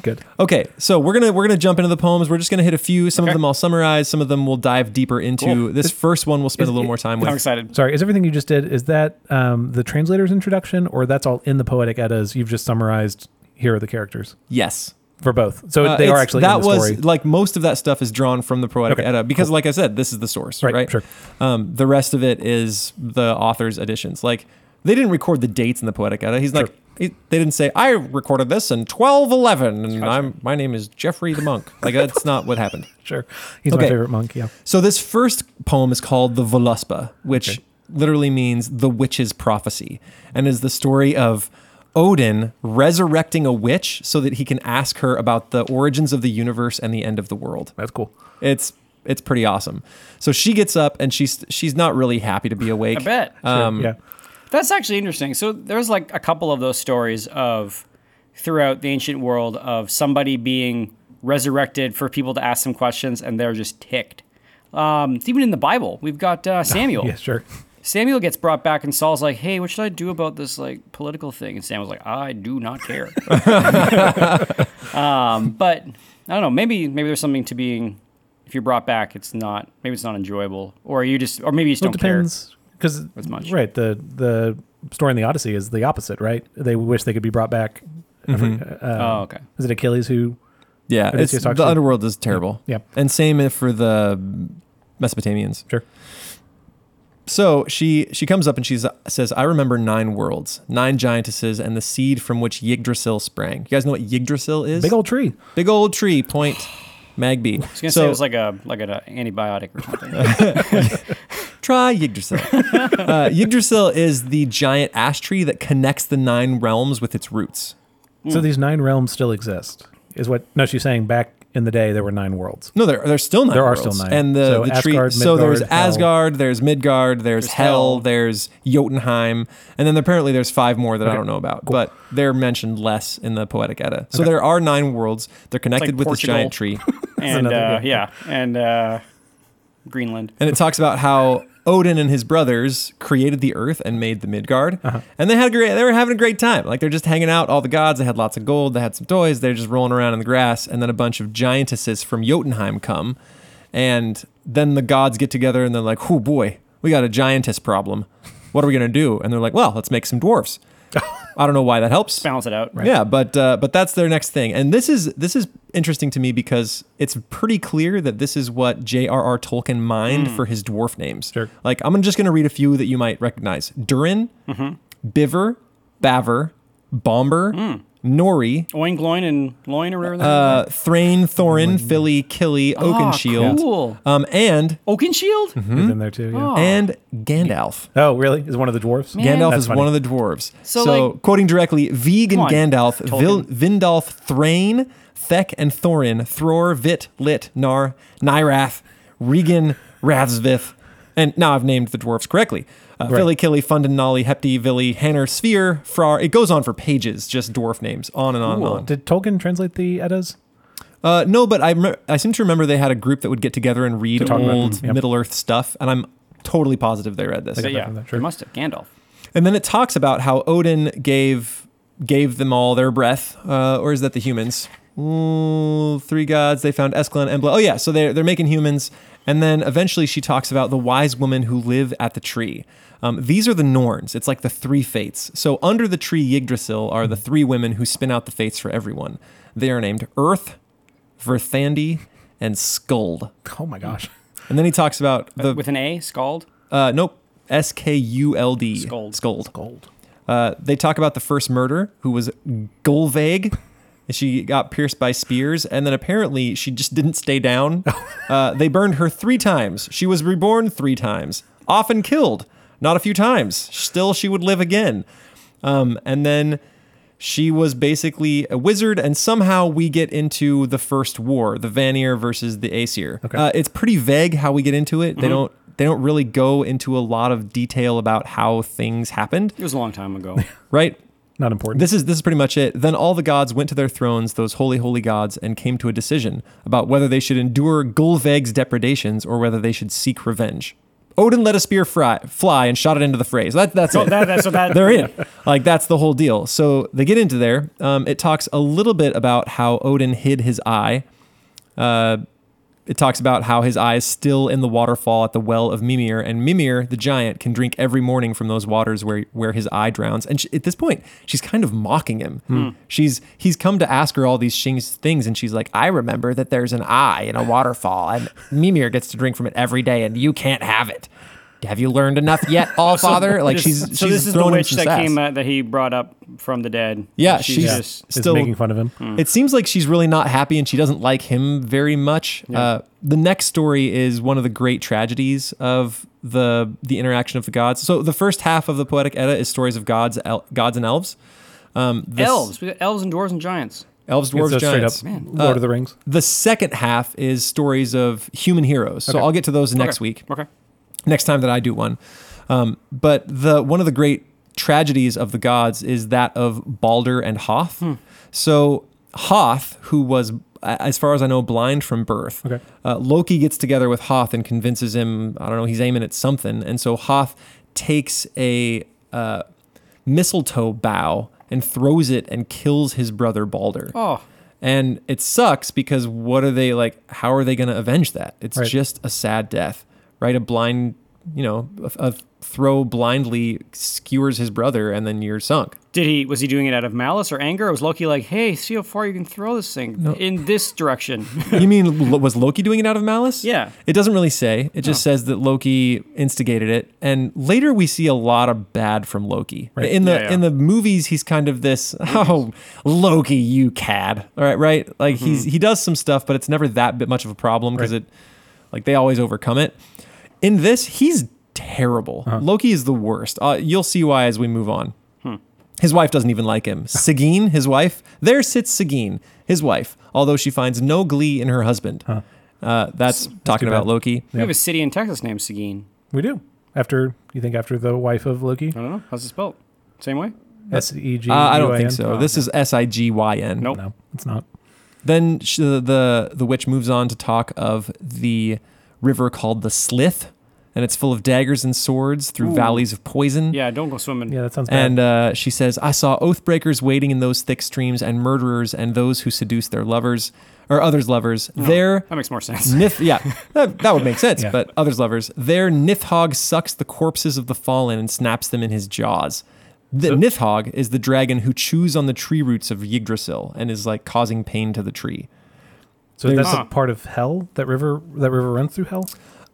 Speaker 1: good.
Speaker 2: okay, so we're gonna we're gonna jump into the poems. We're just gonna hit a few. Some of them I'll summarize. Some of them we'll dive deeper into.
Speaker 3: Cool.
Speaker 2: This first one we'll spend a little more time
Speaker 3: I'm
Speaker 2: with.
Speaker 3: excited.
Speaker 1: Sorry, is everything you just did is that um, the translator's introduction, or that's all in the poetic Eddas? You've just summarized. Here are the characters
Speaker 2: Yes.
Speaker 1: for both, so
Speaker 2: Uh,
Speaker 1: they are
Speaker 2: it's-
Speaker 1: actually
Speaker 2: that
Speaker 1: in the
Speaker 2: was
Speaker 1: story.
Speaker 2: like most of that stuff is drawn from the poetic
Speaker 1: Okay,
Speaker 2: edda because like i said this is the source right,
Speaker 1: Right, sure.
Speaker 2: um, the rest of it is the author's additions like they didn't record the dates in the poetic edda he's like he- they didn't say i recorded this in 1211 and i'm my name is jeffrey the monk like that's not what happened
Speaker 1: Sure, he's
Speaker 2: Okay.
Speaker 1: my favorite monk. Yeah,
Speaker 2: so this first poem is called the voluspa which literally means the witch's prophecy and is the story of Odin resurrecting a witch so that he can ask her about the origins of the universe and the end of the world.
Speaker 1: that's cool.
Speaker 2: It's it's pretty awesome. So she gets up and she's she's not really happy to be awake.
Speaker 3: I bet.
Speaker 2: Um,
Speaker 1: yeah,
Speaker 3: That's actually interesting. So there's like a couple of those stories of throughout the ancient world of somebody being resurrected for people to ask them questions and they're just ticked. Um, it's even in the Bible. We've
Speaker 1: *laughs*
Speaker 3: got uh, Samuel.
Speaker 1: yeah, sure.
Speaker 3: Samuel gets brought back and Saul's like, "Hey, what should I do about this like political thing?" And Samuel's like, "I do not
Speaker 1: *laughs*
Speaker 3: care." um, but I don't know. Maybe maybe there's something to being if you're brought back, it's not maybe it's not enjoyable, or you just or maybe you just
Speaker 1: Well, it
Speaker 3: don't care.
Speaker 1: depends because
Speaker 3: much.
Speaker 1: right the the story in the Odyssey is the opposite, right? They wish they could be brought back.
Speaker 2: Mm-hmm.
Speaker 1: uh,
Speaker 3: Oh, okay.
Speaker 1: Is it Achilles who?
Speaker 2: Yeah,
Speaker 1: Odysseus
Speaker 2: it's, the
Speaker 1: talks to-
Speaker 2: underworld is terrible.
Speaker 1: Yeah.
Speaker 2: and same if for the Mesopotamians.
Speaker 1: Sure.
Speaker 2: So she she comes up and she says, "I remember nine worlds, nine giantesses, and the seed from which Yggdrasil sprang." You guys know what Yggdrasil is?
Speaker 1: Big old tree.
Speaker 2: Big old tree. Point. Magby.
Speaker 3: I was gonna
Speaker 2: so
Speaker 3: say it was like a like an uh, antibiotic or
Speaker 2: *laughs*
Speaker 3: something.
Speaker 2: try
Speaker 3: *laughs*
Speaker 2: Yggdrasil. uh, Yggdrasil is the giant ash tree that connects the nine realms with its roots.
Speaker 3: Mm.
Speaker 1: So these nine realms still exist, is what? No, she's saying back in the day there were nine worlds.
Speaker 2: No, there there's still nine.
Speaker 1: There are
Speaker 2: worlds.
Speaker 1: still nine.
Speaker 2: And the,
Speaker 1: So
Speaker 2: the tree.
Speaker 1: Asgard,
Speaker 2: So there's
Speaker 1: Midgard, Hel.
Speaker 2: Asgard, there's Midgard, there's, Hell,
Speaker 3: Hel.
Speaker 2: there's Jotunheim, and then apparently there's five more that I don't know about, but they're mentioned less in the Poetic Edda. So there are nine worlds. They're connected with this
Speaker 3: Portugal.
Speaker 2: giant *laughs* tree,
Speaker 3: and
Speaker 1: another
Speaker 3: uh,
Speaker 1: good
Speaker 3: yeah, and uh, Greenland.
Speaker 2: and it talks about how Odin and his brothers created the earth and made the Midgard, and they had a great. They were having a great time. Like they're just hanging out. All the gods. They had lots of gold. They had some toys. They're just rolling around in the grass. And then a bunch of giantesses from Jotunheim come, and then the gods get together and they're like, "Oh boy, we got a giantess problem. What are we gonna do?" And they're like, "Well, let's make some dwarfs." I don't know why that helps.
Speaker 3: balance it out.
Speaker 2: Yeah, but uh, but that's their next thing, and this is this is interesting to me because it's pretty clear that this is what J.R.R. Tolkien mined for his dwarf names.
Speaker 1: Sure.
Speaker 2: Like I'm just going to read a few that you might recognize: Durin, Biver, Baver, Bomber, Nori,
Speaker 3: Oin, Gloin, and Loin or whatever. that
Speaker 2: uh, Thrain, Thorin, Philly, Killy, Oakenshield,
Speaker 3: Ah, cool.
Speaker 2: um, and
Speaker 3: is. Oakenshield?
Speaker 2: Mm-hmm. Hmm?
Speaker 1: Is in there too. Yeah.
Speaker 3: Oh.
Speaker 2: and Gandalf.
Speaker 1: Oh, really? Is one of the dwarfs?
Speaker 2: Gandalf
Speaker 1: That's
Speaker 2: is
Speaker 1: funny.
Speaker 2: one of the dwarves. So,
Speaker 3: So, like-
Speaker 2: quoting directly, Vig and
Speaker 3: Come on,
Speaker 2: Gandalf, Vil,
Speaker 3: Tolkien.
Speaker 2: Vindalf, Thrain, Thek and Thorin, Thror, Vit, Lit, Nar, Nyrath, Regan, Rathsvith. And now I've named the dwarves correctly. Uh, Vili, Killy, Fundin, Nolly, Hepti, Vili, Hanner, Sphere, Frar. It goes on for pages, just dwarf names, on and on and on.
Speaker 1: Did Tolkien translate the Eddas?
Speaker 2: Uh, no, but I, rem- I seem to remember they had a group that would get together and read
Speaker 1: talk about-
Speaker 2: old
Speaker 1: Mhm. Yep.
Speaker 2: Middle Earth stuff, and I'm totally positive they read this.
Speaker 3: But
Speaker 1: back
Speaker 3: yeah,
Speaker 1: on that,
Speaker 3: they
Speaker 1: sure.
Speaker 3: must have. Gandalf.
Speaker 2: And then it talks about how Odin gave gave them all their breath, uh, or is that the humans? Ooh, three gods. They found Escalon and Bla. Oh yeah, so they're they're making humans. And then eventually she talks about the wise women who live at the tree. Um, these are the Norns. It's like the three fates. So under the tree Yggdrasil are the three women who spin out the fates for everyone. They are named Earth, Verthandi, and Skuld.
Speaker 1: Oh my
Speaker 2: *laughs*
Speaker 1: gosh.
Speaker 2: And then he talks about the
Speaker 3: With an A, Scald.
Speaker 2: uh, nope. S K U L D.
Speaker 3: Skuld.
Speaker 2: Skuld.
Speaker 1: Gold.
Speaker 2: Uh, they talk about the first murder, who was Golvaig. She got pierced by spears, and then apparently she just didn't stay down. Uh, they burned her three times. She was reborn three times, often killed, not a few times. Still, she would live again. Um, and then she was basically a wizard, and somehow we get into the first war, the Vanir versus the Aesir. Uh, it's pretty vague how we get into it. They don't they don't really go into a lot of detail about how things happened,
Speaker 3: It was a long time
Speaker 2: *laughs*
Speaker 3: ago.
Speaker 2: right?
Speaker 1: Not important.
Speaker 2: This is this is pretty much it. Then all the gods went to their thrones, those holy holy gods, and came to a decision about whether they should endure Gulveg's depredations or whether they should seek revenge. Odin let a spear fry, fly and shot it into the phrase. That, that's it.
Speaker 3: that, that's what that.
Speaker 2: *laughs* They're in. Like that's the whole deal. So they get into there. Um, it talks a little bit about how Odin hid his eye. Uh, it talks about how his eye is still in the waterfall at the well of Mimir, and Mimir, the giant, can drink every morning from those waters where where his eye drowns. And she, at this point, she's kind of mocking him. She's he's come to ask her all these shings, things, and she's like, "I remember that there's an eye in a waterfall, and Mimir gets to drink from it every day, and you can't have it. Have you learned
Speaker 3: *laughs*
Speaker 2: enough yet, All Father?" Like
Speaker 3: This-
Speaker 2: she's
Speaker 3: so
Speaker 2: she's
Speaker 3: this is the
Speaker 2: throwing him
Speaker 3: witch
Speaker 2: some
Speaker 3: that
Speaker 2: sass.
Speaker 3: came uh, that he brought up from the dead.
Speaker 2: Yeah,
Speaker 3: she's,
Speaker 2: she's-
Speaker 3: just
Speaker 1: Is
Speaker 2: still-
Speaker 1: making fun of him.
Speaker 3: Mm.
Speaker 2: It seems like she's really not happy and she doesn't like him very much. Uh, the next story is one of the great tragedies of the the interaction of the gods. So the first half of the poetic Edda is stories of gods, el- gods and elves. Um, this-
Speaker 3: elves. We got elves and dwarves and giants.
Speaker 2: elves,
Speaker 1: It's
Speaker 2: dwarves,
Speaker 1: so straight
Speaker 2: giants.
Speaker 1: up
Speaker 2: uh,
Speaker 1: Lord of the Rings.
Speaker 2: The second half is stories of human heroes. So I'll get to those next
Speaker 3: Okay.
Speaker 2: week
Speaker 3: Okay.
Speaker 2: next time that I do one. Um, but the one of the great tragedies of the gods is that of Balder and Hoth. So Hoth, who was a- as far as I know, blind from birth.
Speaker 1: Okay.
Speaker 2: Uh, Loki gets together with Hoth and convinces him. I don't know. He's aiming at something, and so Hoth takes a uh, mistletoe bough and throws it and kills his brother Balder.
Speaker 3: Oh,
Speaker 2: And it sucks because what are they like? How are they going to avenge that? It's
Speaker 1: Right.
Speaker 2: just a sad death, right? A blind, you know, a, a throw blindly skewers his brother, and then you're sunk.
Speaker 3: did he? Was he doing it out of malice or anger? Or was Loki like, "Hey, see how far you can throw this thing in this
Speaker 2: *laughs*
Speaker 3: direction"?
Speaker 2: you mean Lo- was Loki doing it out of malice?
Speaker 3: Yeah. Oh.
Speaker 2: It doesn't really say. It just says that Loki instigated it, and later we see a lot of bad from Loki. In the
Speaker 3: Yeah, yeah.
Speaker 2: in the movies, he's kind of this oh Loki, you cad. All right, right. Like he's
Speaker 3: Mm-hmm.
Speaker 2: he does some stuff, but it's never that bit much of a problem because
Speaker 1: Right.
Speaker 2: it like they always overcome it. In this, he's terrible.
Speaker 1: Uh-huh.
Speaker 2: Loki is the worst. Uh, you'll see why as we move on. His wife doesn't even like him. Seguin, his wife, there sits Seguin, his wife, although she finds no glee in her husband. Uh, that's talking
Speaker 1: too
Speaker 2: about
Speaker 1: bad.
Speaker 2: Loki.
Speaker 3: We have a city in Texas named Seguin.
Speaker 1: We do. After you think after the wife of Loki,
Speaker 3: I don't know. How's it spelled? Same way?
Speaker 1: S E G.
Speaker 2: Uh, I don't think
Speaker 1: U I N? Oh,
Speaker 2: so. This is S I G Y N.
Speaker 3: Nope.
Speaker 1: No, it's not.
Speaker 2: Then sh the the witch moves on to talk of the river called the Slith, and it's full of daggers and swords through valleys of poison.
Speaker 3: Yeah, don't go swimming.
Speaker 1: Yeah, that sounds bad.
Speaker 2: And uh, she says, I saw oath breakers waiting in those thick streams and murderers and those who seduce their lovers or others' lovers. Their
Speaker 3: That makes more sense. *laughs*
Speaker 2: Nith, yeah, that, that would make sense.
Speaker 1: Yeah.
Speaker 2: But others' lovers, their Nithhog sucks the corpses of the fallen and snaps them in his jaws. The Nithhog is the dragon who chews on the tree roots of Yggdrasil and is like causing pain to the tree.
Speaker 1: so that's
Speaker 3: Huh.
Speaker 1: a part of hell that river that river runs through hell.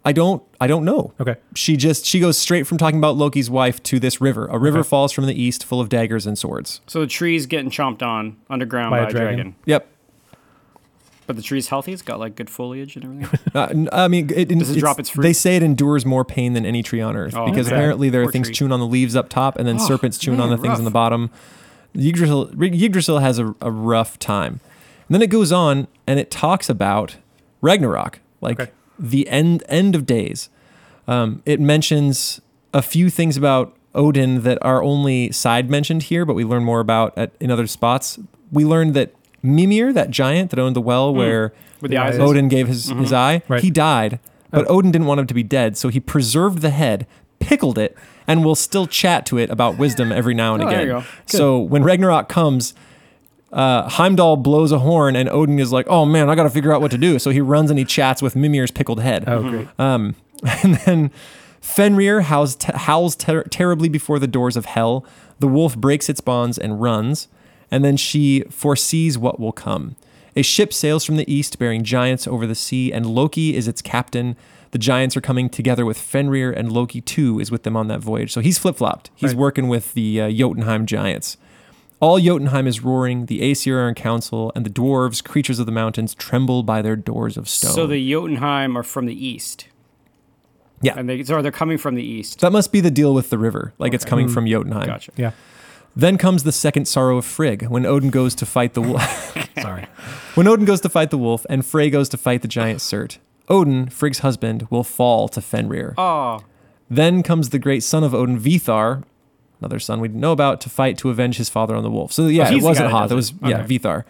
Speaker 2: I don't, I don't know.
Speaker 1: Okay.
Speaker 2: She just she goes straight from talking about Loki's wife to this river. A river falls from the east, full of daggers and swords.
Speaker 3: So the tree's getting chomped on underground by,
Speaker 1: By a
Speaker 3: a
Speaker 1: dragon.
Speaker 3: dragon.
Speaker 2: Yep.
Speaker 3: But the tree's healthy. It's got like good foliage and everything.
Speaker 2: *laughs* Uh, n- I mean, it,
Speaker 3: Does it
Speaker 2: it's-
Speaker 3: drop its fruit?
Speaker 2: They say it endures more pain than any tree on earth
Speaker 3: Oh,
Speaker 2: because
Speaker 3: okay.
Speaker 2: apparently there are
Speaker 3: Poor
Speaker 2: things
Speaker 3: tree.
Speaker 2: chewing on the leaves up top and then
Speaker 3: Oh,
Speaker 2: serpents chewing on the
Speaker 3: man,
Speaker 2: things on
Speaker 3: rough.
Speaker 2: the bottom. Yggdrasil, Yggdrasil has a, a rough time. And then it goes on and it talks about Ragnarok, like
Speaker 1: Okay.
Speaker 2: the end end of days. Um, it mentions a few things about Odin that are only side mentioned here, but we learn more about at, in other spots. We learned that Mimir, that giant that owned the well where
Speaker 3: Hmm. With the eyes. Mm-hmm. Oh.
Speaker 2: Odin gave his, his eye,
Speaker 1: Right.
Speaker 2: he died, but Odin didn't want him to be dead, so he preserved the head, pickled it, and will still chat to it about wisdom every now and
Speaker 3: Oh, there
Speaker 2: again.
Speaker 3: you go.
Speaker 2: So when Ragnarok comes, uh, Heimdall blows a horn, and Odin is like, "Oh man, I got to figure out what to do." So he runs and he chats with Mimir's pickled head.
Speaker 1: Oh, great.
Speaker 2: Um, *laughs* and then Fenrir howls, te- howls ter- terribly before the doors of hell. The wolf breaks its bonds and runs. And then she foresees what will come. A ship sails from the east, bearing giants over the sea, and Loki is its captain. The giants are coming together with Fenrir, and Loki too is with them on that voyage. So he's flip flopped. He's
Speaker 1: Right.
Speaker 2: working with the uh, Jotunheim giants. All Jotunheim is roaring. The Aesir are in council, and the dwarves, creatures of the mountains, tremble by their doors of stone.
Speaker 3: So the Jotunheim are from the east.
Speaker 2: Yeah.
Speaker 3: And they so they're coming from the east.
Speaker 2: That must be the deal with the river, like it's coming from Jotunheim.
Speaker 3: Hmm. Gotcha.
Speaker 2: *laughs*
Speaker 1: Yeah.
Speaker 2: Then comes the second sorrow of Frigg when Odin goes to fight the wolf.
Speaker 1: Sorry.
Speaker 2: *laughs* when Odin goes to fight the wolf and Frey goes to fight the giant Surt. Odin, Frigg's husband, will fall to Fenrir.
Speaker 3: Oh,
Speaker 2: Then comes the great son of Odin, Vithar, another son we didn't know about, to fight to avenge his father on the wolf. So yeah,
Speaker 3: Oh, he's
Speaker 2: it
Speaker 3: the
Speaker 2: wasn't
Speaker 3: guy that
Speaker 2: Hoth. It was
Speaker 3: does it.
Speaker 2: yeah,
Speaker 3: Okay.
Speaker 2: Vithar.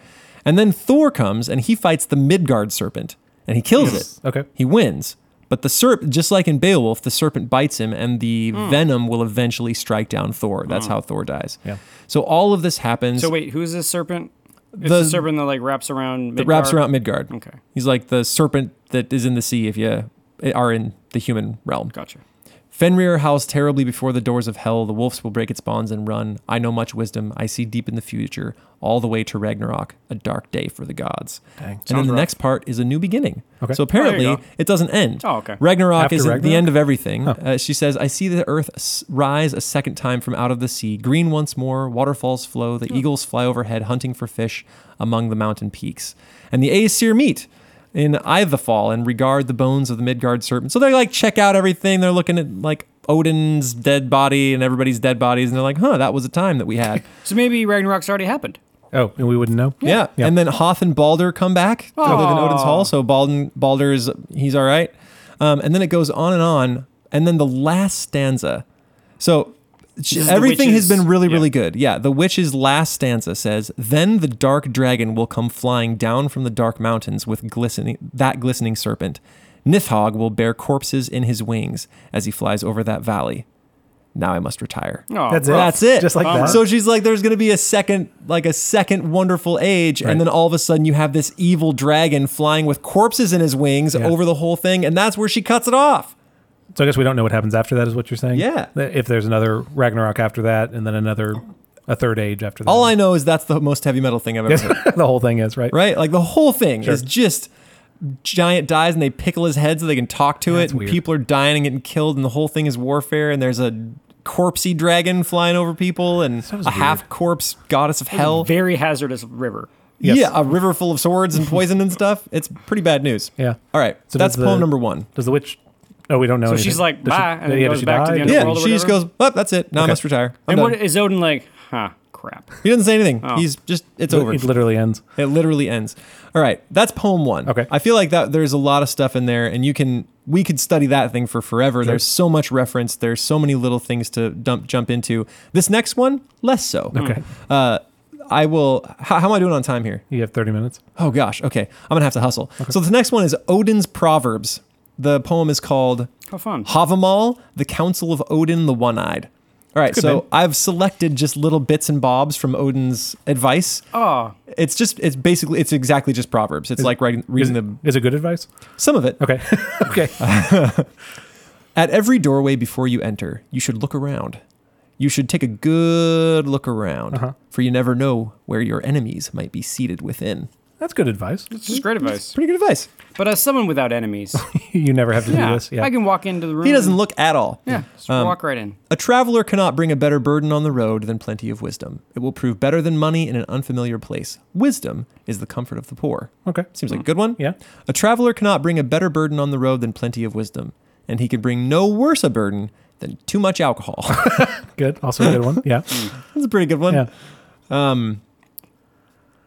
Speaker 2: And then Thor comes and he fights the Midgard serpent and he kills it.
Speaker 1: Okay.
Speaker 2: He wins. But the serp, just like in Beowulf, the serpent bites him, and the
Speaker 3: Hmm.
Speaker 2: venom will eventually strike down Thor. That's how Thor dies.
Speaker 1: Yeah.
Speaker 2: So all of this happens.
Speaker 3: so wait, who's this serpent? It's
Speaker 2: The-
Speaker 3: the, serpent that like wraps around.
Speaker 2: it wraps around Midgard.
Speaker 3: Okay,
Speaker 2: He's like the serpent that is in the sea. If you eh, are in the human realm,
Speaker 3: gotcha.
Speaker 2: Fenrir howls terribly before the doors of hell. The wolves will break its bonds and run. I know much wisdom. I see deep in the future, all the way to Ragnarok, a dark day for the gods.
Speaker 1: Dang.
Speaker 2: And then
Speaker 3: Sounds
Speaker 2: the
Speaker 3: rough.
Speaker 2: next part is a new beginning.
Speaker 1: Okay.
Speaker 2: So
Speaker 1: Oh,
Speaker 3: there you
Speaker 2: apparently,
Speaker 3: go.
Speaker 2: it doesn't end.
Speaker 3: Oh, okay.
Speaker 2: Ragnarok
Speaker 1: After
Speaker 2: isn't the
Speaker 1: Ragnarok?
Speaker 2: end of everything. Uh, she says, I see the earth s- rise a second time from out of the sea, green once more, waterfalls flow, the eagles fly overhead, hunting for fish among the mountain peaks. And the Aesir meet in Ivafall and regard the bones of the Midgard serpent. So they like check out everything. They're looking at like Odin's dead body and everybody's dead bodies. And they're like, huh, that was a time that we had.
Speaker 3: So maybe Ragnarok's already happened.
Speaker 1: Oh, and we wouldn't know.
Speaker 2: Yeah.
Speaker 1: Yeah.
Speaker 2: And then Hoth and Balder come back. They live in Odin's
Speaker 3: Aw.
Speaker 2: Hall. So Balden, Balder is, he's all right. Um, and then it goes on and on. And then the last stanza. So sh-
Speaker 3: is the
Speaker 2: everything has
Speaker 3: witch's-
Speaker 2: been really, really
Speaker 3: yeah.
Speaker 2: good. Yeah. The witch's last stanza says, Then the dark dragon will come flying down from the dark mountains with glistening that glistening serpent. Nithhog will bear corpses in his wings as he flies over that valley. Now I must retire.
Speaker 3: No,
Speaker 1: That's it.
Speaker 2: That's it.
Speaker 1: Just like that.
Speaker 2: So she's like, there's gonna be a second, like a second wonderful age,
Speaker 1: Right.
Speaker 2: and then all of a sudden you have this evil dragon flying with corpses in his wings
Speaker 1: Yeah. Mm-hmm.
Speaker 2: over the whole thing, and that's where she cuts it off.
Speaker 1: So I guess we don't know what happens after that, is what you're saying?
Speaker 2: Yeah.
Speaker 1: That If there's another Ragnarok after that, and then another, a third age after that.
Speaker 2: All
Speaker 1: *laughs*
Speaker 2: I know is that's the most heavy metal thing I've ever heard.
Speaker 1: the whole thing is, right?
Speaker 2: Right? Like the whole thing is just giant dies and they pickle his head so they can talk to it.
Speaker 1: That's
Speaker 2: And
Speaker 1: weird.
Speaker 2: people are dying and getting killed, and the whole thing is warfare. And there's a corpsey dragon flying over people, and a
Speaker 1: Sounds weird.
Speaker 2: half corpse goddess of hell.
Speaker 3: very hazardous river.
Speaker 1: Yes.
Speaker 2: Yeah, a river full of swords and poison and stuff. It's pretty bad news.
Speaker 1: Yeah.
Speaker 2: All right.
Speaker 1: So
Speaker 2: So that's
Speaker 1: does the-
Speaker 2: poem number one.
Speaker 1: Does the witch. Oh, we don't know.
Speaker 3: So she's
Speaker 1: anything.
Speaker 3: like,
Speaker 1: Does
Speaker 3: "Bye," and then
Speaker 1: yeah,
Speaker 3: goes
Speaker 1: does she
Speaker 3: back to
Speaker 1: die?
Speaker 3: the end of the
Speaker 2: Yeah.
Speaker 3: world or
Speaker 2: She just goes,
Speaker 3: whatever?
Speaker 2: oh, that's it. Now I
Speaker 1: Okay.
Speaker 2: must retire. I'm
Speaker 3: And
Speaker 2: done.
Speaker 3: what is Odin like? Huh, crap.
Speaker 2: he doesn't say anything.
Speaker 3: Oh.
Speaker 2: He's just, it's
Speaker 1: It-
Speaker 2: over.
Speaker 3: *laughs*
Speaker 1: It literally ends.
Speaker 2: It literally ends. All right, that's poem one.
Speaker 1: Okay.
Speaker 2: I feel like that there's a lot of stuff in there, and you can we could study that thing for forever. There's so much reference. There's so many little things to dump jump into. This next one, less so.
Speaker 3: Hmm.
Speaker 1: Okay.
Speaker 2: Uh, I will. How, how am I doing on time here?
Speaker 1: You have 30 minutes.
Speaker 2: Oh gosh. Okay, I'm gonna have to hustle. So the next one is Odin's Proverbs. The poem is called
Speaker 3: How fun.
Speaker 2: Havamal, the Council of Odin the One Eyed. All right, so I've selected just little bits and bobs from Odin's advice.
Speaker 3: Oh,
Speaker 2: It's just, it's basically, it's exactly just proverbs. It's like writing,
Speaker 1: Is,
Speaker 2: reading the
Speaker 1: is it good advice?
Speaker 2: some of it. *laughs*
Speaker 1: Okay. okay.
Speaker 2: At every doorway before you enter, you should look around. You should take a good look around, for you never know where your enemies might be seated within.
Speaker 1: That's good advice.
Speaker 3: this is great advice.
Speaker 2: Pretty good advice.
Speaker 3: But as someone
Speaker 1: *laughs*
Speaker 3: without enemies,
Speaker 1: you never have to do
Speaker 3: yeah,
Speaker 1: this. Yeah.
Speaker 3: I can walk into the room.
Speaker 2: He doesn't look at all.
Speaker 3: Yeah, just
Speaker 1: um,
Speaker 3: walk right in.
Speaker 2: A traveler cannot bring a better burden on the road than plenty of wisdom. It will prove better than money in an unfamiliar place. Wisdom is the comfort of the poor.
Speaker 1: okay.
Speaker 2: Seems like a good one.
Speaker 1: Mm, Yeah.
Speaker 2: A traveler cannot bring a better burden on the road than plenty of wisdom, and he can bring no worse a burden than too much alcohol. *laughs*
Speaker 1: Good. Also a good one.
Speaker 3: *laughs*
Speaker 1: Yeah.
Speaker 3: Hmm.
Speaker 2: That's a pretty good one.
Speaker 1: Yeah.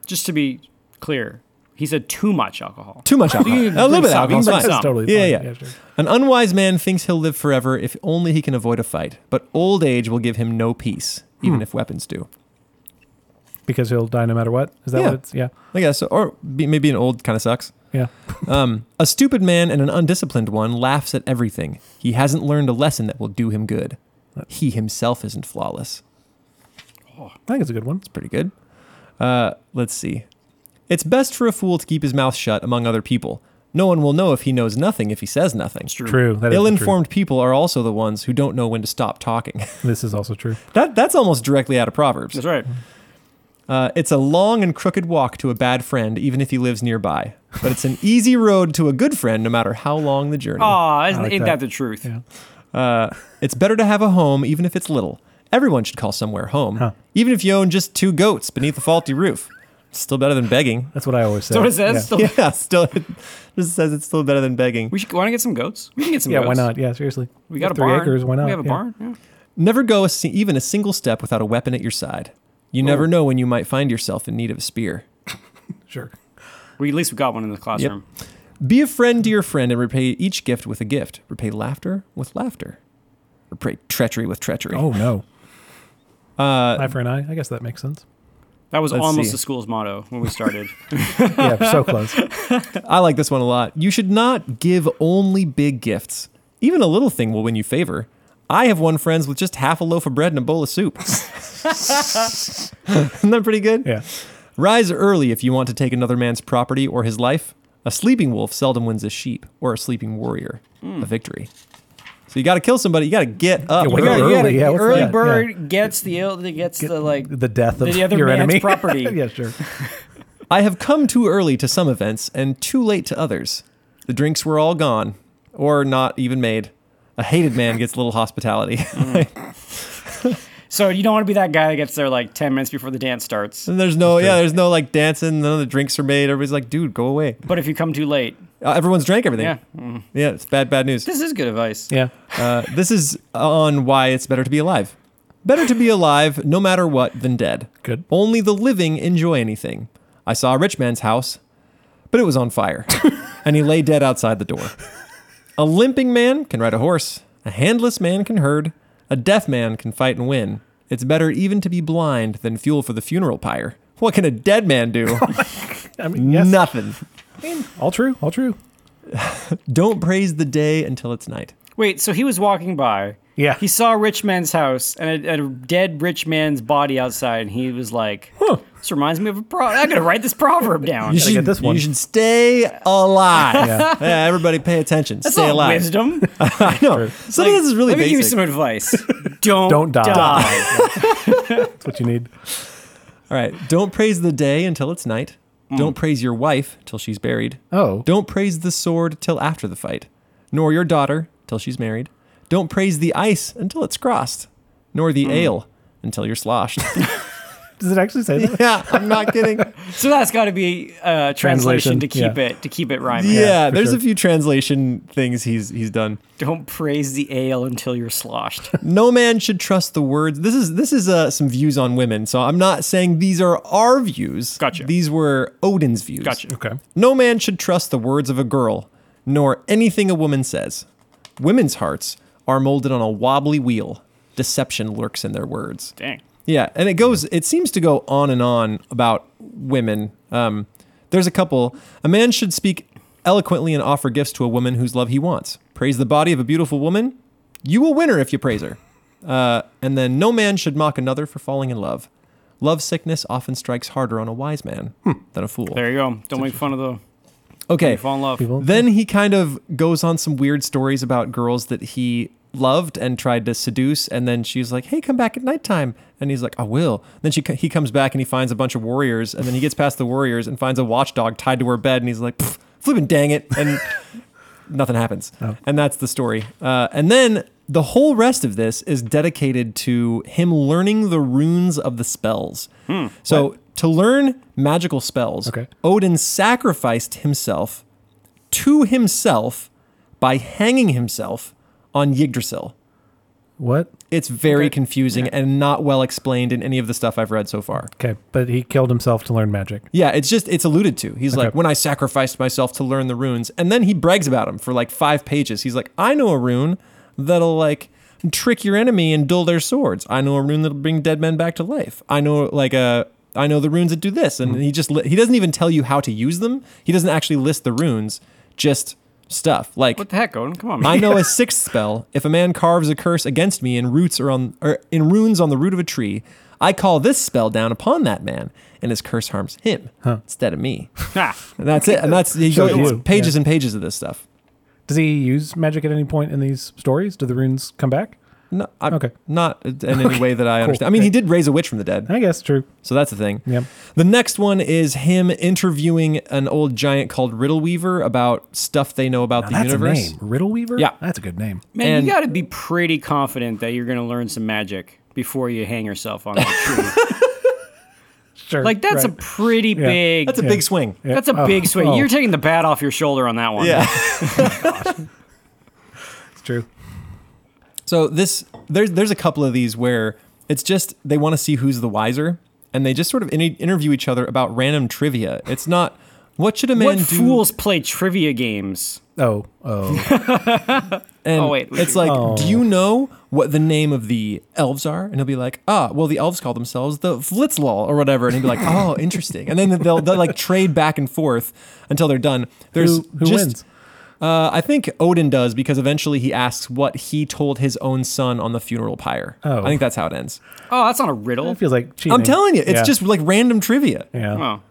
Speaker 3: Just to be clear, he said too much alcohol.
Speaker 1: *laughs*
Speaker 2: Too much alcohol.
Speaker 3: can
Speaker 2: a little
Speaker 3: drink
Speaker 2: bit of
Speaker 3: some.
Speaker 2: alcohol.
Speaker 3: You can
Speaker 2: is
Speaker 3: drink
Speaker 2: fine.
Speaker 3: some.
Speaker 1: Totally
Speaker 2: Yeah,
Speaker 1: fine.
Speaker 2: yeah.
Speaker 1: Yeah, sure.
Speaker 2: An unwise man thinks he'll live forever if only he can avoid a fight, but old age will give him no peace, even
Speaker 1: Hmm.
Speaker 2: if weapons do.
Speaker 1: Because he'll die no matter what. Is that
Speaker 2: Yeah.
Speaker 1: what it's? Yeah.
Speaker 2: I guess, or be, maybe an old kind of sucks.
Speaker 1: Yeah.
Speaker 2: Um, a stupid man and an undisciplined one laughs at everything. He hasn't learned a lesson that will do him good. He himself isn't flawless.
Speaker 1: I think it's a good one.
Speaker 2: Pretty good. Uh, let's see. It's best for a fool to keep his mouth shut among other people. No one will know if he knows nothing if he says nothing.
Speaker 1: True. That is the truth.
Speaker 2: Ill-informed people are also the ones who don't know when to stop talking. *laughs*
Speaker 1: This is also true.
Speaker 2: that that's almost directly out of Proverbs.
Speaker 3: That's right.
Speaker 1: Mm-hmm.
Speaker 2: Uh, it's a long and crooked walk to a bad friend, even if he lives nearby. But it's an easy road to a good friend, no matter how long the journey.
Speaker 3: Oh, isn't
Speaker 1: like
Speaker 3: ain't
Speaker 1: that.
Speaker 3: that. the truth?
Speaker 1: Yeah.
Speaker 2: Uh, it's better to have a home, even if it's little. Everyone should call somewhere home, even if you own just two goats beneath a faulty roof. Still better than begging. *laughs*
Speaker 1: That's what I
Speaker 3: *laughs*
Speaker 1: always say.
Speaker 3: So what it says.
Speaker 1: Yeah.
Speaker 3: Still-
Speaker 2: Yeah, still it just says it's still better than begging.
Speaker 3: We should want to get some goats. We can get some.
Speaker 1: Yeah,
Speaker 3: goats.
Speaker 1: why not? Yeah, seriously.
Speaker 3: We got a
Speaker 1: three
Speaker 3: barn.
Speaker 1: acres. Why not?
Speaker 3: We have a
Speaker 1: Yeah.
Speaker 3: barn. Yeah.
Speaker 2: Never go a, si- even a single step without a weapon at your side. You never know when you might find yourself in need of a spear.
Speaker 1: Sure.
Speaker 3: We at least we got one in the classroom.
Speaker 2: Be a friend to your friend and repay each gift with a gift. Repay laughter with laughter. Repay treachery with treachery.
Speaker 1: Oh no.
Speaker 2: Uh,
Speaker 1: Eye for an eye. I guess that makes sense.
Speaker 3: That was
Speaker 2: Let's
Speaker 3: almost
Speaker 2: see.
Speaker 3: the school's motto when
Speaker 1: *laughs*
Speaker 3: we started.
Speaker 1: Yeah, so close. *laughs*
Speaker 2: I like this one a lot. You should not give only big gifts. Even a little thing will win you favor. I have won friends with just half a loaf of bread and a bowl of soup. *laughs* Isn't that pretty good?
Speaker 1: Yeah.
Speaker 2: Rise early if you want to take another man's property or his life. A sleeping wolf seldom wins a sheep or a sleeping warrior a victory. So you got to kill somebody. You got to get up.
Speaker 1: Hmm. Yeah, wake
Speaker 3: You
Speaker 1: up
Speaker 3: gotta-
Speaker 2: early.
Speaker 3: you gotta-
Speaker 1: early, yeah, what's
Speaker 3: early
Speaker 1: that?
Speaker 3: bird gets the ill. Gets the like.
Speaker 1: The death of
Speaker 3: The other
Speaker 1: your
Speaker 3: man's
Speaker 1: enemy. *laughs*
Speaker 3: property.
Speaker 1: yeah, sure.
Speaker 2: I have come too early to some events and too late to others. The drinks were all gone or not even made. A hated man gets little hospitality. *laughs*
Speaker 3: So you don't want to be that guy that gets there like ten minutes before the dance starts.
Speaker 2: And there's no, yeah, there's no like dancing. None of the drinks are made. Everybody's like, dude, go away.
Speaker 3: But if you come too late,
Speaker 2: Uh, everyone's drank everything. Mm-hmm.
Speaker 3: yeah,
Speaker 2: Yeah, it's bad, bad news.
Speaker 3: this is good advice.
Speaker 1: Yeah.
Speaker 2: Uh, this is on why it's better to be alive. Better to be alive, no matter what, than dead.
Speaker 1: Good.
Speaker 2: Only the living enjoy anything. I saw a rich man's house, but it was
Speaker 3: *laughs*
Speaker 2: on fire, and he lay dead outside the door. A limping man can ride a horse. A handless man can herd. A deaf man can fight and win. It's better even to be blind than fuel for the funeral pyre. What can a dead man
Speaker 3: *laughs*
Speaker 2: do?
Speaker 3: Oh,
Speaker 1: I mean, yes.
Speaker 2: Nothing.
Speaker 1: All true. All true.
Speaker 2: Don't praise the day until it's night.
Speaker 3: Wait, so he was walking by.
Speaker 1: Yeah.
Speaker 3: He saw a rich man's house and a, a dead rich man's body outside, and he was like, "This reminds me of a proverb. I gotta write this
Speaker 2: *laughs*
Speaker 3: proverb down."
Speaker 1: should- get this one.
Speaker 2: you should stay
Speaker 3: *laughs*
Speaker 2: alive.
Speaker 1: Yeah.
Speaker 2: Yeah. everybody pay attention.
Speaker 3: That's
Speaker 2: stay
Speaker 3: not
Speaker 2: alive.
Speaker 3: wisdom.
Speaker 2: *laughs* I know. Some of
Speaker 3: Like,
Speaker 2: this is really
Speaker 3: let me give you
Speaker 2: basic.
Speaker 3: some
Speaker 2: *laughs*
Speaker 3: advice. Don't
Speaker 1: Don't die.
Speaker 3: die.
Speaker 1: That's what you need.
Speaker 2: All right. Don't praise the day until it's night. Don't praise your wife till she's buried.
Speaker 1: Oh.
Speaker 2: Don't praise the sword till after the fight, nor your daughter till she's married. Don't praise the ice until it's crossed, nor the ale until you're sloshed. *laughs*
Speaker 1: Does it actually say that?
Speaker 2: yeah, I'm not kidding.
Speaker 3: So that's got to be uh,
Speaker 1: Translation,
Speaker 3: translation, to keep
Speaker 1: yeah.
Speaker 3: it to keep it rhyming.
Speaker 2: Yeah,
Speaker 1: for
Speaker 2: there's
Speaker 1: sure.
Speaker 2: a few translation things he's he's done.
Speaker 3: Don't praise the ale until you're sloshed.
Speaker 2: No man should trust the words. This is this is uh, some views on women. So I'm not saying these are our views.
Speaker 3: Gotcha.
Speaker 2: These were Odin's views.
Speaker 3: Gotcha.
Speaker 1: *laughs*
Speaker 2: *laughs*
Speaker 1: Okay.
Speaker 2: No man should trust the words of a girl, nor anything a woman says. Women's hearts are molded on a wobbly wheel. Deception lurks in their words.
Speaker 3: Dang.
Speaker 2: Yeah, and it goes. It seems to go on and on about women. Um, there's a couple. A man should speak eloquently and offer gifts to a woman whose love he wants. Praise the body of a beautiful woman. You will win her if you praise her. Uh, and then no man should mock another for falling in love. Love sickness often strikes harder on a wise man than a fool.
Speaker 3: There you go. Don't make fun of the
Speaker 2: *laughs* Okay.
Speaker 3: fall in love.
Speaker 1: People.
Speaker 2: Then he kind of goes on some weird stories about girls that he loved and tried to seduce, and then she's like, "Hey, come back at nighttime," and he's like, "I will." Then she he comes back and he finds a bunch of warriors, and then he gets past the warriors and finds a watchdog tied to her bed, and he's like, "Pff, "Flippin' dang it!" and nothing happens. And that's the story. Uh, and then the whole rest of this is dedicated to him learning the runes of the spells. so to learn magical spells,
Speaker 1: Okay.
Speaker 2: Odin sacrificed himself to himself by hanging himself on Yggdrasil.
Speaker 1: What?
Speaker 2: It's very confusing and not well explained in any of the stuff I've read so far.
Speaker 1: Okay, but he killed himself to learn magic.
Speaker 2: Yeah, it's just it's alluded to. He's like, when I sacrificed myself to learn the runes, and then he brags about them for like five pages. He's like, I know a rune that'll like trick your enemy and dull their swords. I know a rune that'll bring dead men back to life. I know like a I know the runes that do this, and he just li- he doesn't even tell you how to use them. He doesn't actually list the runes, just stuff like
Speaker 3: What the heck, Odin? Come on, man.
Speaker 2: I know a sixth spell. If a man carves a curse against me in roots or on or in runes on the root of a tree, I call this spell down upon that man, and his curse harms him instead of me.
Speaker 3: Ha.
Speaker 2: And that's it. And that's you go,
Speaker 1: Shows
Speaker 2: it's
Speaker 1: you,
Speaker 2: pages and pages of this stuff.
Speaker 1: Does he use magic at any point in these stories? Do the runes come back?
Speaker 2: No, I,
Speaker 1: Okay.
Speaker 2: Not in any way that I understand. I mean, he did raise a witch from the dead,
Speaker 1: I guess true.
Speaker 2: so that's the thing.
Speaker 1: Yep.
Speaker 2: The next one is him interviewing an old giant called Riddle Weaver about stuff they know about the
Speaker 1: That's
Speaker 2: universe.
Speaker 1: a name. Riddle Weaver?
Speaker 2: Yeah.
Speaker 1: That's a good name.
Speaker 3: Man,
Speaker 2: And-
Speaker 3: you got to be pretty confident that you're going to learn some magic before you hang yourself on
Speaker 1: *laughs*
Speaker 3: that tree.
Speaker 1: Sure.
Speaker 3: like that's a pretty big.
Speaker 2: That's a big swing.
Speaker 3: That's a
Speaker 1: Oh,
Speaker 3: big swing.
Speaker 1: oh.
Speaker 3: You're taking the bat off your shoulder on that one.
Speaker 2: Yeah.
Speaker 1: It's true.
Speaker 2: So this there's there's a couple of these where it's just they want to see who's the wiser, and they just sort of in- interview each other about random trivia. It's not what should a man
Speaker 3: What
Speaker 2: do?
Speaker 3: fools play trivia games?
Speaker 1: Oh, oh.
Speaker 2: And
Speaker 3: Oh, wait, we
Speaker 2: it's
Speaker 3: should-
Speaker 2: like, do you know what the name of the elves are? And he'll be like, ah, well, the elves call themselves the Flitzlaw or whatever. And he'll be like,
Speaker 1: *laughs*
Speaker 2: oh, interesting. And then they'll, they'll like trade back and forth until they're done. There's
Speaker 1: Who- who
Speaker 2: just,
Speaker 1: wins?
Speaker 2: Uh, I think Odin does because eventually he asks what he told his own son on the funeral pyre.
Speaker 1: Oh.
Speaker 2: I think that's how it ends.
Speaker 3: Oh, that's not a riddle.
Speaker 1: It feels like cheating.
Speaker 2: I'm telling you, it's
Speaker 1: Yeah.
Speaker 2: just like random trivia.
Speaker 1: Yeah.
Speaker 3: Oh.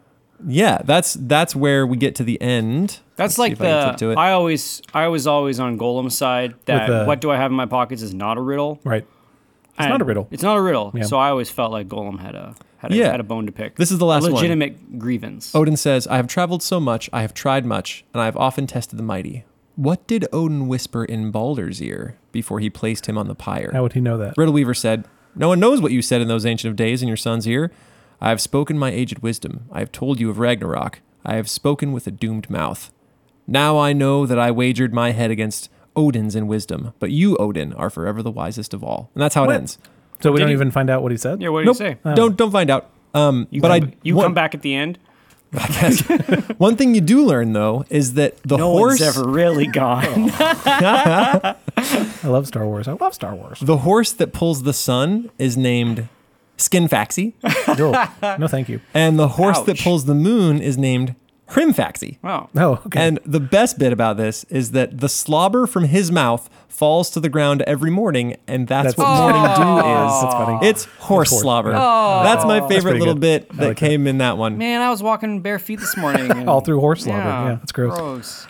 Speaker 2: Yeah, that's that's where we get to the end.
Speaker 3: That's
Speaker 2: Let's see
Speaker 3: like
Speaker 2: if I can
Speaker 3: the
Speaker 2: flip to it.
Speaker 3: I, always I was always on Golem's side that
Speaker 1: With the-
Speaker 3: what do I have in my pockets is not a riddle.
Speaker 1: Right. It's
Speaker 3: And
Speaker 1: not a riddle.
Speaker 3: It's not a riddle.
Speaker 1: Yeah.
Speaker 3: So I always felt like Golem had a had a,
Speaker 2: Yeah.
Speaker 3: had a bone to pick.
Speaker 2: This is the last one.
Speaker 3: legitimate grievance.
Speaker 1: Oh,
Speaker 2: Odin says, "I have traveled so much, I have tried much, and I have often tested the mighty." What did Odin whisper in Balder's ear before he placed him on the pyre?
Speaker 1: How would he know that?
Speaker 2: Riddle Weaver said, No one knows what you said in those ancient of days in your son's ear. I have spoken my aged wisdom. I have told you of Ragnarok. I have spoken with a doomed mouth. Now I know that I wagered my head against Odin's in wisdom, but you, Odin, are forever the wisest of all. And that's how it ends.
Speaker 1: So we
Speaker 3: Did
Speaker 1: don't
Speaker 3: he-
Speaker 1: even find out what he said.
Speaker 3: yeah, what do
Speaker 2: Nope.
Speaker 3: you say?
Speaker 2: Don't don't find out. Um,
Speaker 3: You
Speaker 2: but
Speaker 3: come,
Speaker 2: I
Speaker 3: you
Speaker 2: one,
Speaker 3: come back at the end.
Speaker 2: I guess. one thing you do learn though is that the
Speaker 3: No
Speaker 2: horse
Speaker 3: one's ever
Speaker 1: *laughs*
Speaker 3: really
Speaker 1: Oh,
Speaker 3: gone.
Speaker 1: I love Star Wars. I love Star Wars.
Speaker 2: the horse that pulls the sun is named Skinfaxi,
Speaker 3: *laughs*
Speaker 1: Oh, no, thank you.
Speaker 2: and the horse that
Speaker 3: Ouch.
Speaker 2: pulls the moon is named Hrimfaxi.
Speaker 3: *laughs* wow.
Speaker 1: Oh, okay.
Speaker 2: And the best bit about this is that the slobber from his mouth falls to the ground every morning, and that's,
Speaker 1: That's-
Speaker 2: what morning
Speaker 1: That's
Speaker 2: dew is.
Speaker 1: funny.
Speaker 2: It's horse
Speaker 1: horse,
Speaker 2: slobber.
Speaker 1: yeah.
Speaker 2: That's my favorite
Speaker 1: pretty
Speaker 2: little
Speaker 1: good.
Speaker 2: bit
Speaker 1: I
Speaker 2: that
Speaker 1: like that.
Speaker 2: came in that one.
Speaker 3: Man, I was walking bare feet this morning.
Speaker 1: *laughs*
Speaker 3: and-
Speaker 1: all through horse slobber. Yeah, it's gross.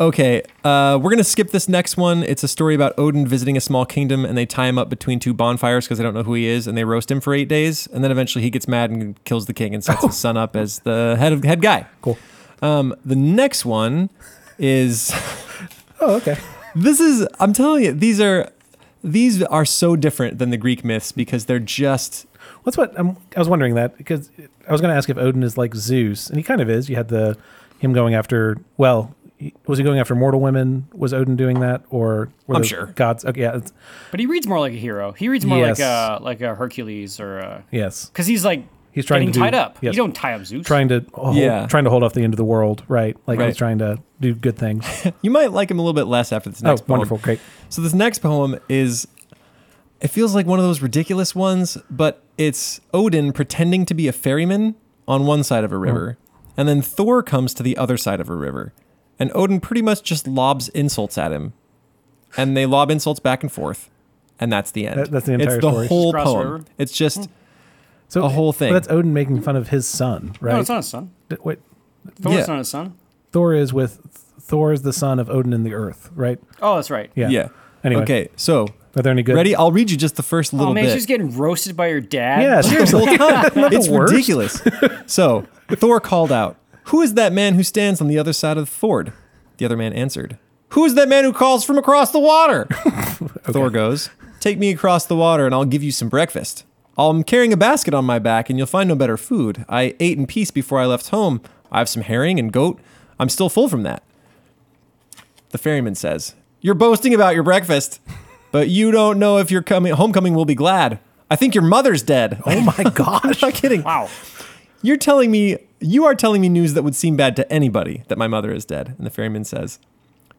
Speaker 2: Okay, uh, we're gonna skip this next one. It's a story about Odin visiting a small kingdom, and they tie him up between two bonfires because they don't know who he is, and they roast him for eight days, and then eventually he gets mad and kills the king and
Speaker 1: *laughs*
Speaker 2: sets his son up as the head of, head guy.
Speaker 1: Cool.
Speaker 2: Um, the next one is.
Speaker 1: Oh, okay.
Speaker 2: this is i'm telling you these are these are so different than the greek myths because they're just
Speaker 1: That's what I'm, I was wondering that because I was going to ask if Odin is like Zeus, and he kind of is. You had the him going after. Well, he- was he going after mortal women? Was Odin doing that, or were
Speaker 2: I'm
Speaker 1: those
Speaker 2: sure.
Speaker 1: gods? Okay, yeah, it's,
Speaker 3: But he reads more like a hero. He reads more
Speaker 1: Yes.
Speaker 3: like a like a Hercules or a
Speaker 1: yes,
Speaker 3: because he's like
Speaker 1: He's trying
Speaker 3: getting
Speaker 1: to do-
Speaker 3: tied up.
Speaker 1: yes.
Speaker 3: You don't tie up Zeus.
Speaker 1: trying to hold,
Speaker 2: Yeah.
Speaker 1: trying to hold off the end of the world, right? Like
Speaker 2: Right.
Speaker 1: he's trying to do good
Speaker 2: *laughs*
Speaker 1: things.
Speaker 2: you might like them a little bit less after this
Speaker 1: oh,
Speaker 2: next poem.
Speaker 1: wonderful, great.
Speaker 2: so this next poem is it feels like one of those ridiculous ones but it's odin pretending to be
Speaker 1: Oh.
Speaker 2: a ferryman on one side of a river and then thor comes to the other side of a river and Odin pretty much just lobs insults at him, and they lob insults back and forth, and that's the end.
Speaker 1: That- that's the entire
Speaker 2: It's the
Speaker 1: story.
Speaker 2: whole
Speaker 3: Cross
Speaker 2: poem.
Speaker 3: over.
Speaker 2: It's just
Speaker 1: So
Speaker 2: A whole thing.
Speaker 1: But that's Odin making fun of his son, right?
Speaker 3: No, it's not his son.
Speaker 1: D- Wait,
Speaker 3: Thor's
Speaker 2: Yeah.
Speaker 3: not his son.
Speaker 1: Thor is with Thor is the son of Odin and the Earth, right?
Speaker 3: Oh, that's right.
Speaker 1: Yeah.
Speaker 2: yeah.
Speaker 1: Anyway.
Speaker 2: Okay, so
Speaker 1: Are there any good?
Speaker 2: ready? I'll read you just the first little
Speaker 3: Oh man,
Speaker 2: bit. *laughs*
Speaker 3: she's getting roasted by your dad.
Speaker 1: Yeah, seriously. *laughs*
Speaker 2: whole time. it's
Speaker 1: worst.
Speaker 2: ridiculous. So Thor called out, "Who is that man who stands on the other side of Thord?" The other man answered, "Who is that man who calls from across the water?" Thor goes, "Take me across the water, and I'll give you some breakfast. I'm carrying a basket on my back, and you'll find no better food. I ate in peace before I left home. I have some herring and goat. I'm still full from that." The ferryman says, You're boasting about your breakfast, but you don't know if your coming homecoming will be glad. I think your mother's dead.
Speaker 1: Oh my gosh.
Speaker 2: *laughs* I'm not kidding.
Speaker 1: *laughs*
Speaker 3: *laughs* Wow.
Speaker 2: You're telling me you are telling me news that would seem bad to anybody that my mother is dead. And the ferryman says,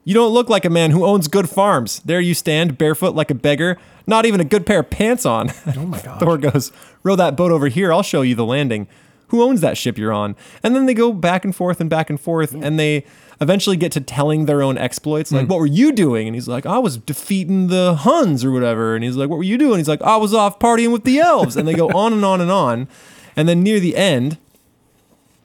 Speaker 2: "You don't look like a man who owns good farms. There you stand, barefoot like a beggar, not even a good pair of pants on." *laughs* Oh my god. Thor goes, "Row that boat over here. I'll show you the landing. Who owns that ship you're on?" And then they go back and forth and back and forth, and they eventually get to telling their own exploits. Like, "What were you doing?" And he's like, "I was defeating the Huns or whatever." And he's like, "What were you doing?" He's like, "I was off partying with the elves." And they go on and on and on. And then near the end,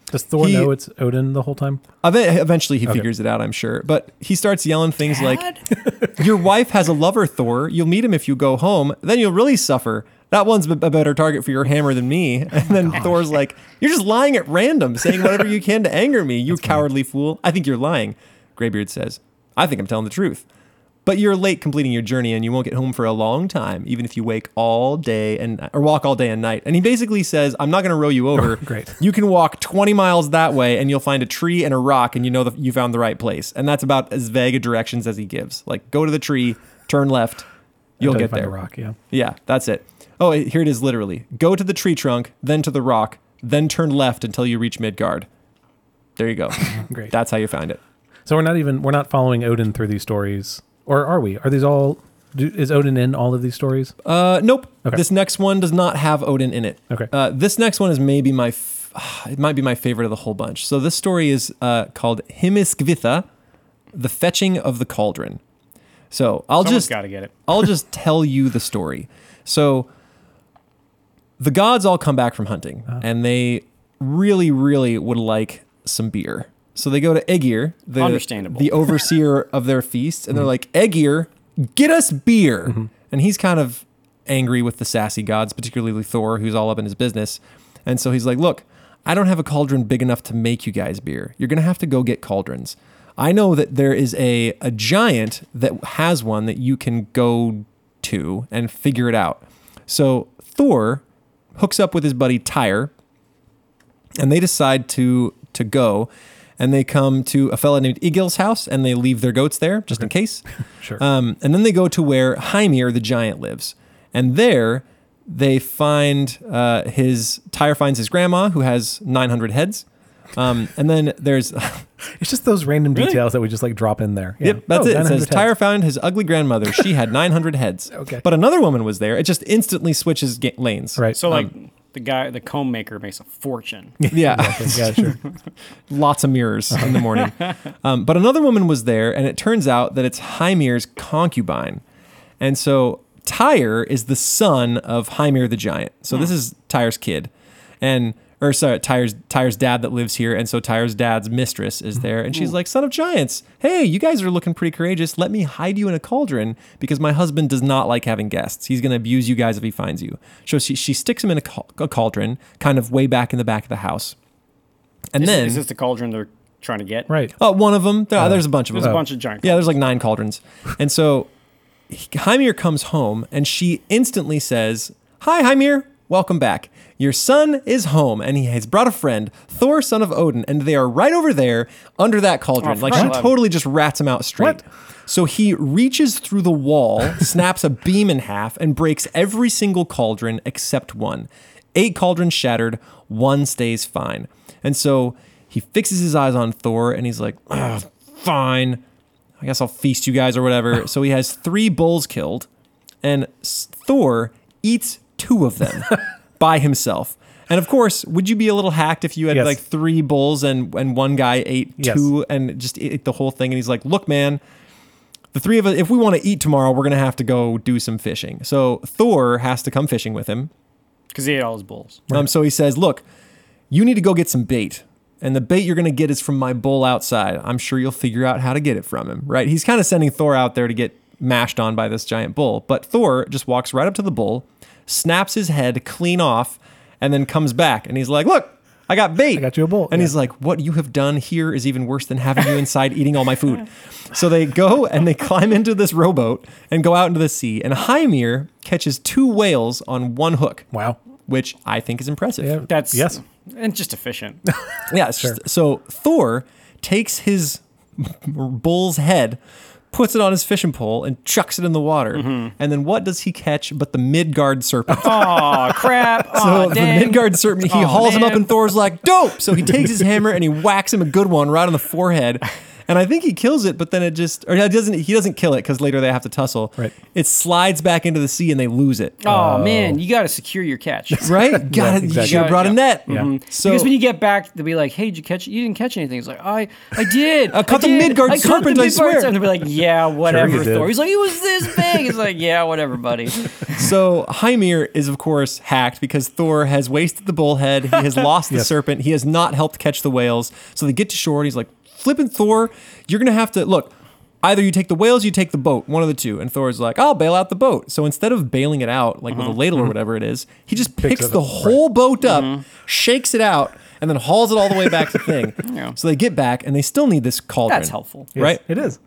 Speaker 1: Does Thor
Speaker 2: He-
Speaker 1: know it's Odin the whole time?
Speaker 2: Eve- Eventually, he figures it out, I'm sure. But he starts yelling
Speaker 1: *laughs*
Speaker 2: things
Speaker 3: Dad?
Speaker 2: like, Your wife has a lover, Thor. You'll meet him if you go home. Then you'll really suffer. That one's a better target for your hammer than me. *laughs* And then Thor's like, You're just lying at random, saying whatever you can to anger me, you cowardly fool. I think you're lying. Greybeard says, I think I'm telling the truth. But you're late completing your journey and you won't get home for a long time, even if you wake all day and or walk all day and night. And he basically says, I'm not going to row you over.
Speaker 1: Great.
Speaker 2: You can walk 20 miles that way and you'll find a tree and a rock and you know that you found the right place. And that's about as vague a directions as he gives. Like go to the tree, turn left, you'll
Speaker 1: Until you
Speaker 2: get
Speaker 1: find
Speaker 2: there.
Speaker 1: a rock, yeah.
Speaker 2: Yeah, that's it. Oh, here it is literally. Go to the tree trunk, then to the rock, then turn left until you reach Midgard.
Speaker 1: *laughs*
Speaker 2: There you go.
Speaker 1: Great.
Speaker 2: That's how you found it.
Speaker 1: So we're not even we're not following Odin through these stories, or are we? Are these all? Do, is Odin in all of these stories?
Speaker 2: Uh, nope.
Speaker 1: Okay.
Speaker 2: This next one does not have Odin in it.
Speaker 1: Okay.
Speaker 2: Uh, this next one is maybe my, f- *sighs* it might be my favorite of the whole bunch. So this story is uh, called Himiskvitha, the fetching of the cauldron. So I'll
Speaker 3: Someone's
Speaker 2: just
Speaker 3: gotta get it.
Speaker 2: I'll just tell you the story. So the gods all come back from hunting
Speaker 3: Uh-huh.
Speaker 2: and they really, really would like some beer. So they go to Egir, the,
Speaker 3: Understandable.
Speaker 2: the overseer of their feast, and they're like, Egir, get us beer. And he's kind of angry with the sassy gods, particularly Thor, who's all up in his business. And so he's like, Look, I don't have a cauldron big enough to make you guys beer. You're going to have to go get cauldrons. I know that there is a, a giant that has one that you can go to and figure it out. So Thor hooks up with his buddy Tyr, and they decide to to go, and they come to a fella named Egil's house, and they leave their goats there just in case.
Speaker 1: *laughs* Sure.
Speaker 2: Um, and then they go to where Hymir the giant lives, and there they find uh, his Tyr finds his grandma who has 900 heads. Um, and then there's *laughs*
Speaker 1: it's just those random details that we just like drop in there. Yeah.
Speaker 2: Yep, that's
Speaker 1: Oh,
Speaker 2: it. It
Speaker 1: 900
Speaker 2: says Tyre
Speaker 1: heads.
Speaker 2: found his ugly grandmother.
Speaker 1: *laughs*
Speaker 2: She had 900 heads.
Speaker 1: Okay.
Speaker 2: But another woman was there. It just instantly switches ga- lanes.
Speaker 1: Right. um,
Speaker 3: So like the guy, the comb maker makes a fortune.
Speaker 2: Yeah.
Speaker 1: *laughs* yeah, sure.
Speaker 2: *laughs* Lots of mirrors in
Speaker 3: *laughs*
Speaker 2: the morning. um, but another woman was there, and it turns out that it's Hymir's concubine. And so Tyre is the son of Hymir the giant. So
Speaker 3: Hmm.
Speaker 2: this is Tyre's kid. And or sorry, Tyre's Tyre's dad that lives here, and so Tyre's dad's mistress is there, and
Speaker 3: Hmm.
Speaker 2: she's like, "Son of giants, hey, you guys are looking pretty courageous. Let me hide you in a cauldron because my husband does not like having guests. He's going to abuse you guys if he finds you." So she she sticks him in a, cau- a cauldron, kind of way back in the back of the house, and
Speaker 3: Is,
Speaker 2: then
Speaker 3: is this the cauldron they're trying to get?
Speaker 1: Right.
Speaker 2: uh, one of them. There- there's a bunch of them.
Speaker 3: There's a bunch of giant.
Speaker 2: Yeah, there's like nine cauldrons. And so he- Hymir comes home and she instantly says, Hi, Hymir, welcome back. Your son is home and he has brought a friend, Thor, son of Odin, and they are right over there under that cauldron.
Speaker 3: Oh,
Speaker 2: like
Speaker 3: what?
Speaker 2: she totally just rats him out straight.
Speaker 1: What?
Speaker 2: So he reaches through the wall, *laughs* snaps a beam in half, and breaks every single cauldron except one. Eight cauldrons shattered, one stays fine. And so he fixes his eyes on Thor and he's like, "Ugh, fine. I guess I'll feast you guys
Speaker 1: *laughs*
Speaker 2: or whatever. So he has three
Speaker 1: *laughs*
Speaker 2: bulls killed, and S- Thor eats two of them by himself. And of course, would you be a little hacked if you had
Speaker 1: Yes.
Speaker 2: like three bulls and and one guy ate
Speaker 1: Yes.
Speaker 2: two and just ate the whole thing? And he's like, "Look, man, the three of us, if we want to eat tomorrow, we're gonna have to go do some fishing." So Thor has to come fishing with him.
Speaker 3: because he ate all his bulls.
Speaker 2: Um, so he says, "Look, you need to go get some bait." And the bait you're going to get is from my bull outside. I'm sure you'll figure out how to get it from him, right? He's kind of sending Thor out there to get mashed on by this giant bull. But Thor just walks right up to the bull, snaps his head clean off, and then comes back. And he's like, Look, I got bait. I
Speaker 1: got you a bull,
Speaker 2: And
Speaker 1: yeah.
Speaker 2: he's like, What you have done here is even worse than having you inside *laughs* eating all my food. So they go and they climb into this rowboat and go out into the sea. And Hymir catches two whales on one hook
Speaker 1: Wow.
Speaker 2: which I think is impressive.
Speaker 1: Yeah.
Speaker 2: Yeah.
Speaker 3: That's
Speaker 1: Yes.
Speaker 3: and just efficient.
Speaker 2: it's just- so Thor takes his *laughs* bull's head, puts it on his fishing pole, and chucks it in the water. And then what does he catch but the Midgard serpent?
Speaker 3: Mm-hmm. oh crap!
Speaker 2: *laughs* So
Speaker 3: Oh,
Speaker 2: the
Speaker 3: dang.
Speaker 2: Midgard serpent, he
Speaker 3: Aw,
Speaker 2: hauls him up,
Speaker 3: man.
Speaker 2: and Thor's like, "Dope!" So he takes his hammer and he whacks him a good one right on
Speaker 3: *laughs*
Speaker 2: the forehead, and I think he kills it. But then it just, or he doesn't, he doesn't kill it because later they have to tussle.
Speaker 1: Right.
Speaker 2: It slides back into the sea and they lose it.
Speaker 3: Oh, man, you got to secure your catch.
Speaker 2: *laughs*
Speaker 3: *laughs*
Speaker 2: Right? God,
Speaker 1: exactly.
Speaker 2: you should have brought Mm-hmm. a
Speaker 3: Yeah.
Speaker 2: net.
Speaker 1: Mhm.
Speaker 2: So
Speaker 3: because when you get back, they'll be like, "Hey, did you catch? You didn't catch anything." He's like, "I, I
Speaker 2: *laughs*
Speaker 3: did. I
Speaker 2: caught the
Speaker 3: did.
Speaker 2: Midgard
Speaker 3: I caught
Speaker 2: serpent,
Speaker 3: The
Speaker 2: I
Speaker 3: Midgard
Speaker 2: swear."
Speaker 3: serpent." And they'll be like,
Speaker 2: *laughs*
Speaker 3: "Yeah, whatever."
Speaker 1: you did.
Speaker 3: Thor. He's like, "It was this big." He's like, "Yeah, whatever,
Speaker 2: *laughs*
Speaker 3: buddy."
Speaker 2: So Hymir is of course hacked because Thor has wasted the bullhead. He
Speaker 1: *laughs*
Speaker 2: has lost the serpent. He has not helped catch the whales. So they get to shore and he's like, "Flippin' Thor, you're gonna have to look. Either you take the whales, you take the boat, one of the two." And Thor's like, "I'll bail out the boat." So instead of bailing it out like with a ladle or whatever it is, he just picks,
Speaker 1: Uh-huh. Mm-hmm. it
Speaker 2: the
Speaker 1: up, Mm-hmm.
Speaker 2: whole boat up, shakes it out, and then hauls it all the way back to
Speaker 1: *laughs*
Speaker 2: the thing. So they get back and they still need this cauldron.
Speaker 3: That's helpful.
Speaker 1: Yes,
Speaker 2: right?
Speaker 1: It is.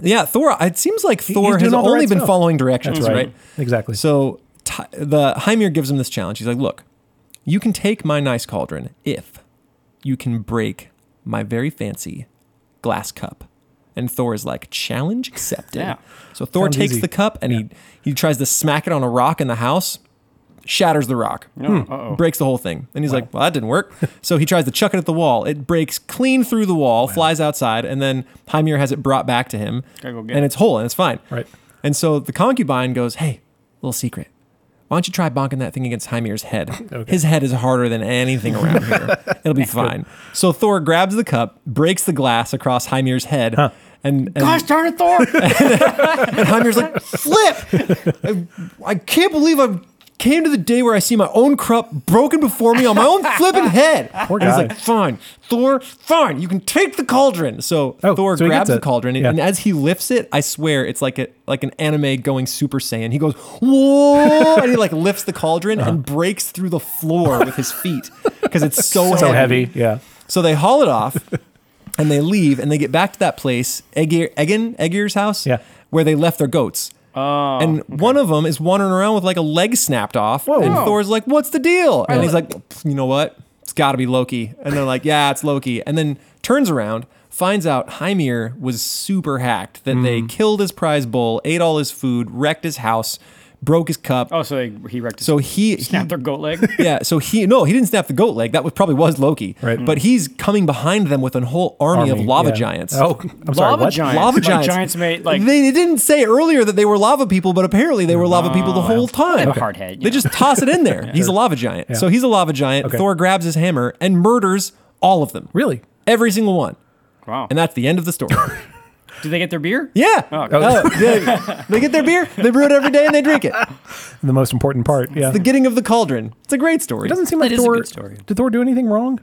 Speaker 2: Yeah, Thor. It seems like
Speaker 1: he's
Speaker 2: Thor has
Speaker 1: doing all the
Speaker 2: only
Speaker 1: right
Speaker 2: been
Speaker 1: stuff.
Speaker 2: following directions,
Speaker 1: That's
Speaker 2: right?
Speaker 1: right. Exactly.
Speaker 2: So Ty- the Hymir gives him this challenge. He's like, "Look, you can take my nice cauldron if you can break my very fancy glass cup." And Thor is like, "Challenge accepted."
Speaker 3: Yeah.
Speaker 2: So Thor
Speaker 1: Sounds
Speaker 2: takes
Speaker 1: easy.
Speaker 2: the cup and he he tries to smack it on a rock in the house, shatters the rock.
Speaker 3: Oh,
Speaker 2: hmm, Breaks the whole thing. And he's like, well, that didn't
Speaker 3: *laughs*
Speaker 2: work. so he tries to chuck it at the wall. It breaks clean through the wall, flies outside, and then Hymir has it brought back to him.
Speaker 3: Gotta go get
Speaker 2: and
Speaker 3: it.
Speaker 2: it's whole and it's fine.
Speaker 1: Right.
Speaker 2: And so the concubine goes, hey, little secret. Why don't you try bonking that thing against Hymir's head? His head is harder than anything around here. It'll be fine. So Thor grabs the cup, breaks the glass across Hymir's head, and, and
Speaker 3: Gosh darn it,
Speaker 2: *laughs*
Speaker 3: Thor!
Speaker 2: and Hymir's like, flip! I, I can't believe I came to the day where I see my own cup broken before me on my own flippin' head.
Speaker 1: *laughs* Poor
Speaker 2: And he's
Speaker 1: guy.
Speaker 2: like, fine, Thor, fine, you can take the cauldron. So
Speaker 1: Oh,
Speaker 2: Thor
Speaker 1: so he
Speaker 2: grabs
Speaker 1: gets
Speaker 2: the
Speaker 1: it.
Speaker 2: cauldron, and-
Speaker 1: Yeah.
Speaker 2: and as he lifts it, I swear it's like a like an anime going Super Saiyan. He goes, whoa! and he like lifts the cauldron
Speaker 1: Uh-huh.
Speaker 2: and breaks through the floor with his feet because it's so,
Speaker 1: So heavy. Yeah.
Speaker 2: so they haul it off *laughs* and they leave and they get back to that place, Egir, Egin, Egir's house,
Speaker 1: Yeah.
Speaker 2: where they left their goats. Oh, and one of them is wandering around with like a leg snapped off. And
Speaker 1: Whoa.
Speaker 2: Thor's like, What's the deal? And he's like, You know what? It's got to be Loki. And they're like, Yeah, it's Loki. And then turns around, finds out Hymir was super hacked, that
Speaker 1: Mm-hmm.
Speaker 2: they killed his prize bull, ate all his food, wrecked his house, broke his cup.
Speaker 3: oh, so they, he wrecked. His, *laughs*
Speaker 2: So he, he
Speaker 3: snapped their goat
Speaker 2: *laughs*
Speaker 3: leg.
Speaker 2: yeah, so he no, he didn't snap the goat leg. That was probably was Loki.
Speaker 1: Right.
Speaker 2: But he's coming behind them with a whole army, of
Speaker 1: Army,
Speaker 2: lava
Speaker 1: yeah.
Speaker 2: giants.
Speaker 1: Oh, I'm sorry.
Speaker 3: Lava
Speaker 1: what?
Speaker 3: giant.
Speaker 2: Lava
Speaker 3: Like
Speaker 2: giants.
Speaker 3: giants made, like-
Speaker 2: they, they didn't say earlier that they were lava people, but apparently they were lava people the whole time.
Speaker 3: have a hard head, *laughs*
Speaker 2: They
Speaker 3: yeah.
Speaker 2: just toss it in there. He's a lava giant. So he's a lava giant.
Speaker 1: Okay.
Speaker 2: Thor grabs his hammer and murders all of them.
Speaker 1: Really?
Speaker 2: Every single one.
Speaker 3: Wow.
Speaker 2: And that's the end of
Speaker 1: *laughs*
Speaker 2: the story.
Speaker 3: Did they get their beer?
Speaker 2: yeah. Uh, they, they get their beer, they brew it every day, and they drink it.
Speaker 1: The most important part. Yeah.
Speaker 2: The getting of the cauldron. It's a great story.
Speaker 1: it doesn't seem like
Speaker 3: That is a
Speaker 1: Thor.
Speaker 3: good story.
Speaker 1: Did Thor do anything wrong?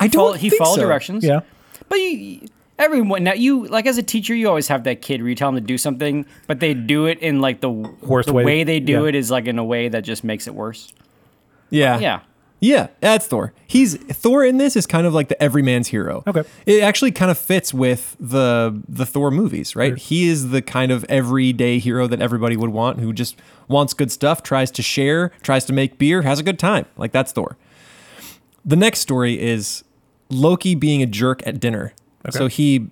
Speaker 2: I
Speaker 3: Follow-
Speaker 2: don't
Speaker 3: he
Speaker 2: think
Speaker 3: followed
Speaker 2: so.
Speaker 3: directions.
Speaker 1: Yeah.
Speaker 3: But you, everyone now you like as a teacher, you always have that kid where you tell them to do something, but they do it in like the
Speaker 1: Worst
Speaker 3: the
Speaker 1: way.
Speaker 3: way. they do
Speaker 1: Yeah.
Speaker 3: it is like in a way that just makes it worse.
Speaker 2: Yeah.
Speaker 3: Yeah.
Speaker 2: Yeah, that's Thor. He's Thor in this is kind of like the everyman's hero.
Speaker 1: Okay.
Speaker 2: It actually kind of fits with the the Thor movies, right? He is the kind of everyday hero that everybody would want who just wants good stuff, tries to share, tries to make beer, has a good time. Like that's Thor. The next story is Loki being a jerk at dinner. So he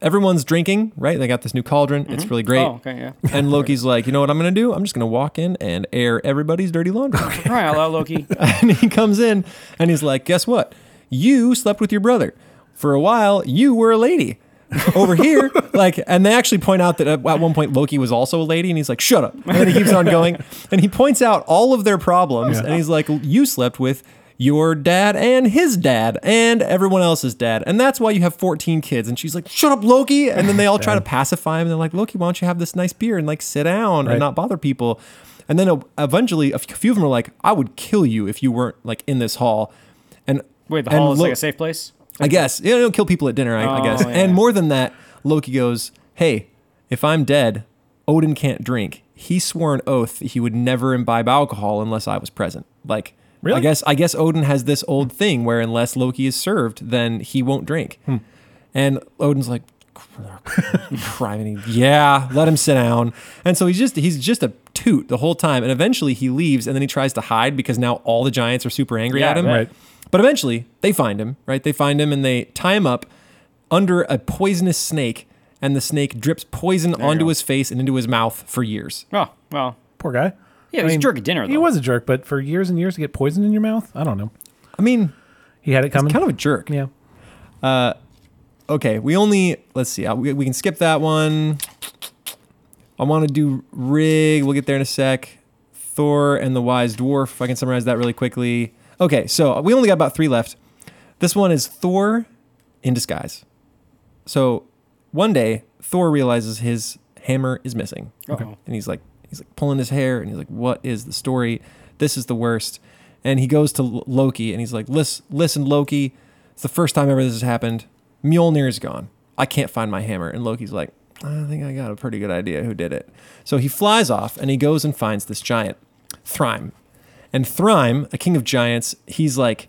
Speaker 2: everyone's drinking, right? They got this new cauldron. It's really great.
Speaker 3: Oh, okay, yeah.
Speaker 2: And Loki's like, "You know what I'm going to do? I'm just going to walk in and air everybody's dirty laundry."
Speaker 3: All right,
Speaker 1: *laughs*
Speaker 3: hello, Loki.
Speaker 2: and *laughs* he comes in and he's like, Guess what? You slept with your brother. For a while, you were a lady *laughs* over here. like, and they actually point out that at at one point Loki was also a lady, and he's like, Shut up. And then he keeps on going. And he points out all of their problems, and he's like, You slept with your dad and his dad and everyone else's dad. And that's why you have 14 kids. And she's like, shut up, Loki. And then they all try to pacify him. And they're like, Loki, why don't you have this nice beer and like sit down
Speaker 1: Right.
Speaker 2: and not bother people? And then uh, eventually, a f- few of them are like, I would kill you if you weren't like in this hall. And
Speaker 3: Wait, the
Speaker 2: and
Speaker 3: hall is like
Speaker 2: Lo-
Speaker 3: a safe place.
Speaker 2: I guess. You know, don't kill people at dinner, I, I
Speaker 3: Oh,
Speaker 2: guess.
Speaker 3: yeah.
Speaker 2: And more than that, Loki goes, Hey, if I'm dead, Odin can't drink. He swore an oath that he would never imbibe alcohol unless I was present. Like,
Speaker 1: Really?
Speaker 2: I guess I guess Odin has this old thing where unless Loki is served, then he won't drink.
Speaker 3: Hmm.
Speaker 2: And Odin's like, *laughs* criminy, yeah, let him sit down. And so he's just he's just a toot the whole time. And eventually he leaves, and then he tries to hide because now all the giants are super angry
Speaker 3: Yeah,
Speaker 2: at him.
Speaker 3: I bet.
Speaker 1: Right.
Speaker 2: But eventually, they find him, right? They find him and they tie him up under a poisonous snake, and the snake drips poison onto
Speaker 3: go.
Speaker 2: his face and into his mouth for years.
Speaker 3: Oh well,
Speaker 1: Poor guy.
Speaker 3: yeah, he was a jerk at dinner. Though.
Speaker 1: He was a jerk, but for years and years to get poison in your mouth, I don't know.
Speaker 2: I mean,
Speaker 1: He had it coming.
Speaker 2: kind of a jerk.
Speaker 1: yeah.
Speaker 2: Okay, we only, let's see, uh, we, we can skip that one. I want to do Rig. We'll get there in a sec. Thor and the Wise Dwarf. I can summarize that really quickly. Okay, so we only got about three left. This one is Thor in disguise. So one day, Thor realizes his hammer is missing.
Speaker 3: Uh-oh.
Speaker 2: And he's like, he's like pulling his hair and he's like, what is the story? This is the worst. And he goes to L- Loki and he's like, listen, listen, Loki, it's the first time ever this has happened. Mjolnir is gone. I can't find my hammer. And Loki's like, I think I got a pretty good idea who did it. So he flies off and he goes and finds this giant, Thrym. And Thrym, a king of giants, he's like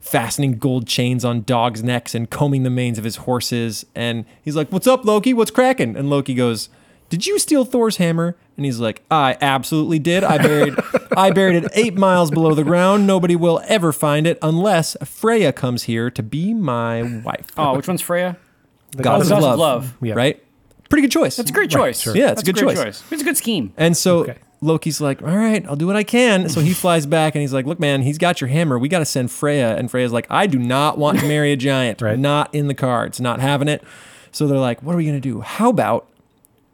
Speaker 2: fastening gold chains on dogs' necks and combing the manes of his horses. And he's like, What's up, Loki? What's cracking? And Loki goes, Did you steal Thor's hammer? And he's like, I absolutely did. I buried I buried it eight miles below the ground. Nobody will ever find it unless Freya comes here to be my wife.
Speaker 3: Oh, which one's Freya?
Speaker 1: The
Speaker 2: Goddess
Speaker 3: Goddess
Speaker 2: of
Speaker 3: of
Speaker 2: love.
Speaker 3: love.
Speaker 1: Yeah.
Speaker 2: Right? Pretty good choice.
Speaker 3: It's a great choice.
Speaker 1: sure.
Speaker 2: Yeah, it's a
Speaker 3: That's
Speaker 2: good
Speaker 3: great
Speaker 2: choice.
Speaker 3: It's a good scheme.
Speaker 2: And so
Speaker 1: Okay.
Speaker 2: Loki's like, all right, I'll do what I
Speaker 1: *laughs*
Speaker 2: can. So he flies back and he's like, look, man, he's got your hammer. We got to send Freya. And Freya's like, I do not want to marry a giant.
Speaker 1: *laughs* Right.
Speaker 2: Not in the cards, not having it. So they're like, what are we going to do? How about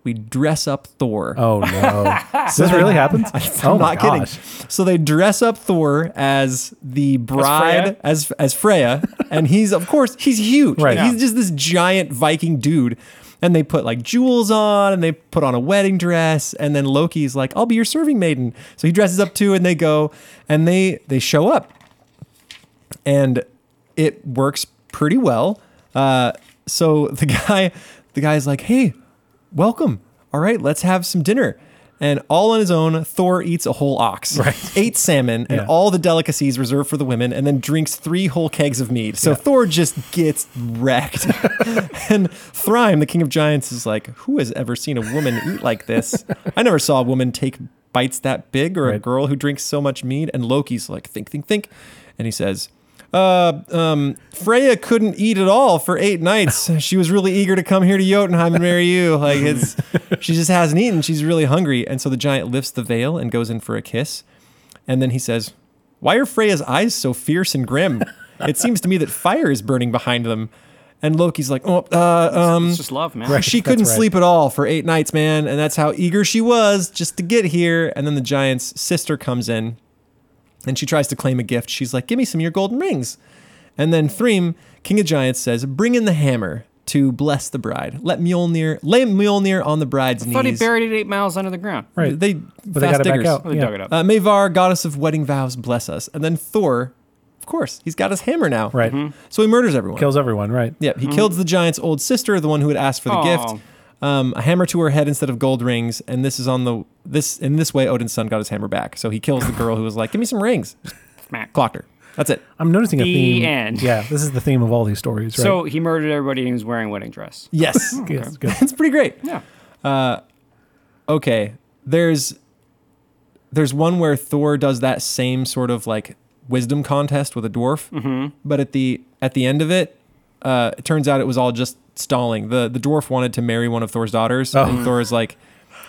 Speaker 2: we dress up Thor?
Speaker 1: *laughs* Oh no! this really happens?
Speaker 2: *laughs* I'm
Speaker 1: oh my
Speaker 2: not kidding.
Speaker 1: gosh.
Speaker 2: So they dress up Thor as the bride, as Freya. as
Speaker 1: *laughs*
Speaker 2: Freya, and he's of course he's huge.
Speaker 1: Right.
Speaker 2: He's just this giant Viking dude. And they put like jewels on, and they put on a wedding dress, and then Loki's like, "I'll be your serving maiden." So he dresses up too, and they go, and they they show up, and it works pretty well. Uh, so the *laughs* guy, the guy's like, "Hey, welcome. All right, let's have some dinner." And all on his own, Thor eats a whole
Speaker 1: *laughs*
Speaker 2: ox,
Speaker 1: Right.
Speaker 2: eight salmon, and
Speaker 1: Yeah.
Speaker 2: all the delicacies reserved for the women, and then drinks three whole kegs of mead. So Thor just gets wrecked. *laughs* and Thrym, the king of giants, is like, "Who has ever seen a woman eat like this? I never saw a woman take." Bites that big, or a
Speaker 1: Right.
Speaker 2: girl who drinks so much mead, and Loki's like, think, think, think, and he says, uh, um, Freya couldn't eat at all for eight nights. *laughs* She was really eager to come here to Jotunheim and marry you. Like it's, she just hasn't eaten. She's really hungry. And so the giant lifts the veil and goes in for a kiss. And then he says, "Why are Freya's eyes so fierce and grim? It seems to me that fire is burning behind them." And Loki's like, "Oh, uh, um,
Speaker 3: It's just love, man.
Speaker 2: she
Speaker 1: that's
Speaker 2: couldn't
Speaker 1: right.
Speaker 2: sleep at all for eight nights, man. And that's how eager she was just to get here. And then the giant's sister comes in and she tries to claim a gift. She's like, Give me some of your golden rings. And then Thrym, king of giants, says, Bring in the hammer to bless the bride. Let Mjolnir, lay Mjolnir on the bride's
Speaker 3: I thought he
Speaker 2: knees.
Speaker 3: buried it eight miles under the ground.
Speaker 1: Right.
Speaker 2: They,
Speaker 1: but they got
Speaker 2: fast
Speaker 1: it back
Speaker 2: diggers.
Speaker 1: out.
Speaker 3: Well, they
Speaker 1: Yeah.
Speaker 3: dug it up.
Speaker 2: Uh, Mavar, goddess of wedding vows, bless us. And then Thor, of course, he's got his hammer now.
Speaker 1: Right.
Speaker 2: So he murders
Speaker 1: *laughs*
Speaker 2: everyone.
Speaker 1: Kills everyone. Right.
Speaker 2: Yep, he killed the giant's old sister, the one who had asked for the
Speaker 3: Aw.
Speaker 2: gift. Um, a hammer to her head instead of gold rings, and this is on the this in this way Odin's son got his hammer back. So he kills the girl who was like, "Give me some rings."
Speaker 3: Smack.
Speaker 2: Clocked her. That's it.
Speaker 1: I'm noticing a
Speaker 3: The
Speaker 1: theme.
Speaker 3: end.
Speaker 1: Yeah. This is the theme of all these stories. Right.
Speaker 3: So he murdered everybody and he was wearing a wedding dress.
Speaker 2: Yes,
Speaker 1: Yes, good.
Speaker 2: *laughs* it's pretty great. Uh,
Speaker 3: Yeah.
Speaker 2: Okay, there's there's one where Thor does that same sort of like wisdom contest with a dwarf, but at the at the end of it, uh, it turns out it was all just stalling. the The dwarf wanted to marry one of Thor's daughters, and Thor is like,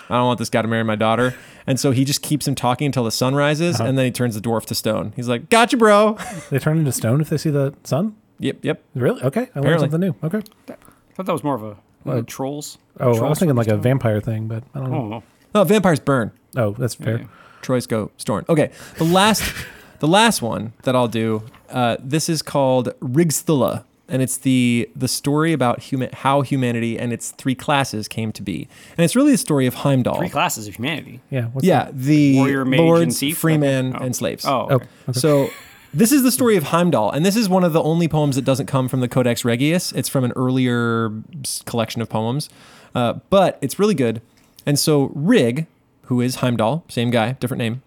Speaker 2: "I don't want this guy to marry my daughter," and so he just keeps him talking until the sun rises, and then he turns the dwarf to stone. He's like, "Gotcha, bro." *laughs*
Speaker 1: they turn into stone if they see the sun.
Speaker 2: yep, yep.
Speaker 1: Really? Okay. I learned
Speaker 2: Apparently.
Speaker 1: something new. Okay.
Speaker 3: I thought that was more of a one of the trolls.
Speaker 1: Oh, I was
Speaker 3: Trolls
Speaker 1: thinking like a
Speaker 3: from-
Speaker 1: vampire thing, but I don't
Speaker 3: I
Speaker 1: know.
Speaker 3: don't know.
Speaker 2: Oh, vampires burn.
Speaker 1: Oh, that's fair.
Speaker 3: yeah.
Speaker 2: Troy's go storm. Okay, the last The last one that I'll do. Uh, this is called Rigsthala, and it's the the story about human how humanity and its three classes came to be, and it's really the story of Heimdall.
Speaker 3: Three classes of humanity.
Speaker 1: Yeah. What's
Speaker 2: Yeah, the
Speaker 3: Warrior, mage, and
Speaker 2: lords,
Speaker 3: thief?
Speaker 2: freeman,
Speaker 3: Okay. Oh.
Speaker 2: and slaves.
Speaker 3: Oh,
Speaker 1: Oh,
Speaker 3: okay.
Speaker 2: So this is the story of Heimdall, and this is one of the only poems that doesn't come from the Codex Regius. It's from an earlier s- collection of poems, uh, but it's really good. And so Rig, who is Heimdall, same guy, different name,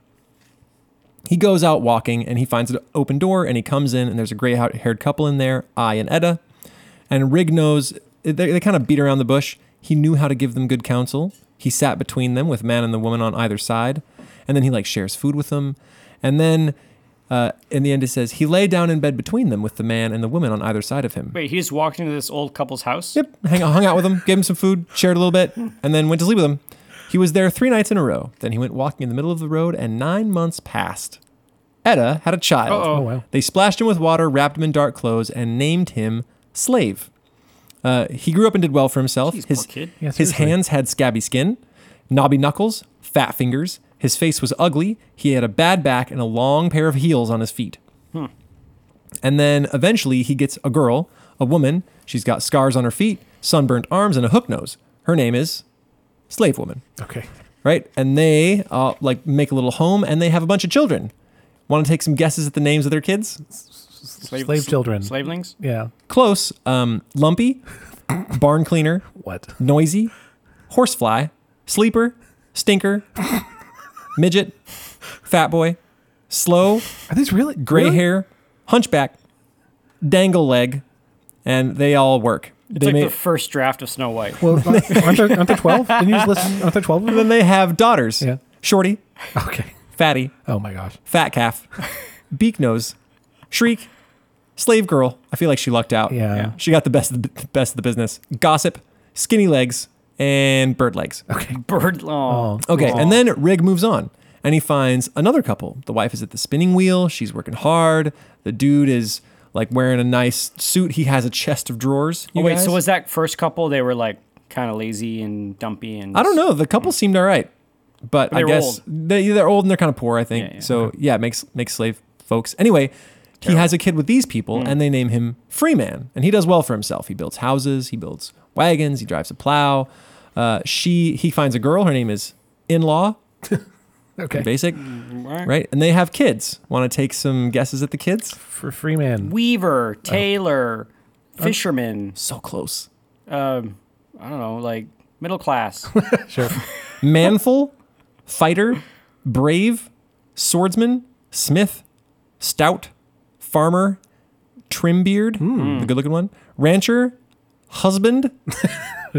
Speaker 2: he goes out walking and he finds an open door and he comes in and there's a gray haired couple in there, I and Edda. And Rig knows, they, they kind of beat around the bush. He knew how to give them good counsel. He sat between them with man and the woman on either side. And then he like shares food with them. And then uh, in the end it says, he lay down in bed between them with the man and the woman on either side of him.
Speaker 3: Wait, he just walked into this old couple's house?
Speaker 2: Yep. Hang, hung out with him, gave him some food, shared a little bit, and then went to sleep with him. He was there three nights in a row. Then he went walking in the middle of the road, and nine months passed. Edda had a child.
Speaker 3: Uh-oh.
Speaker 1: Oh, wow.
Speaker 2: They splashed him with water, wrapped him in dark clothes, and named him Slave. Uh, he grew up and did well for himself.
Speaker 3: Jeez,
Speaker 2: his
Speaker 3: poor kid.
Speaker 1: Yeah,
Speaker 2: his
Speaker 1: seriously.
Speaker 2: hands had scabby skin, knobby knuckles, fat fingers. His face was ugly. He had a bad back and a long pair of heels on his feet.
Speaker 3: Hmm.
Speaker 2: And then eventually he gets a girl, a woman. She's got scars on her feet, sunburnt arms, and a hook nose. Her name is Slave Woman
Speaker 1: Okay.
Speaker 2: right? And they uh, like make a little home, and they have a bunch of children. Want to take some guesses at the names of their kids?
Speaker 3: Slave,
Speaker 1: Slave children.
Speaker 3: Slavelings?
Speaker 1: Yeah.
Speaker 2: Close. Um, lumpy, barn cleaner,
Speaker 1: What?
Speaker 2: noisy, horsefly, sleeper, stinker, midget, fat boy, slow,
Speaker 1: Are these really
Speaker 2: gray
Speaker 1: really?
Speaker 2: hair, hunchback, dangle leg, and they all work.
Speaker 3: It's
Speaker 2: they
Speaker 3: like
Speaker 2: may-
Speaker 3: the first draft of Snow White. *laughs*
Speaker 1: Well, aren't there, aren't there twelve? Didn't you just list? Aren't there twelve of them?
Speaker 2: *laughs* then they have daughters.
Speaker 1: Yeah.
Speaker 2: Shorty,
Speaker 1: Okay.
Speaker 2: fatty,
Speaker 1: Oh my gosh.
Speaker 2: fat calf, beak nose, shriek, slave girl. I feel like she lucked out.
Speaker 1: Yeah. Yeah.
Speaker 2: she got the best of the, the best of the business. Gossip, skinny legs, and bird legs.
Speaker 1: Okay.
Speaker 3: Bird. Oh.
Speaker 2: Okay, and then Rig moves on and he finds another couple. The wife is at the spinning wheel. She's working hard. The dude is like wearing a nice suit. He has a chest of drawers.
Speaker 3: Oh,
Speaker 2: you
Speaker 3: wait,
Speaker 2: guys.
Speaker 3: so was that first couple? They were like kind of lazy and dumpy and.
Speaker 2: I don't know. The couple seemed all right, but, I
Speaker 3: they're
Speaker 2: guess
Speaker 3: old.
Speaker 2: They, they're old and they're kind of poor. I think
Speaker 3: Yeah, yeah.
Speaker 2: so. Yeah, it makes makes slave folks. Anyway, he has a kid with these people,
Speaker 3: Hmm.
Speaker 2: and they name him Freeman, and he does well for himself. He builds houses, he builds wagons, he drives a plow. Uh, she he finds a girl. Her name is In Law.
Speaker 1: Okay.
Speaker 2: Basic,
Speaker 3: right.
Speaker 2: right? And they have kids. Want to take some guesses at the kids?
Speaker 1: For free man.
Speaker 2: Oh.
Speaker 3: Weaver, Taylor, fisherman.
Speaker 2: So close.
Speaker 3: Um, I don't know, like middle class. *laughs*
Speaker 1: Sure.
Speaker 2: Manful, fighter, brave, swordsman, smith, stout, farmer, trimbeard, the good looking one, rancher, *laughs* husband,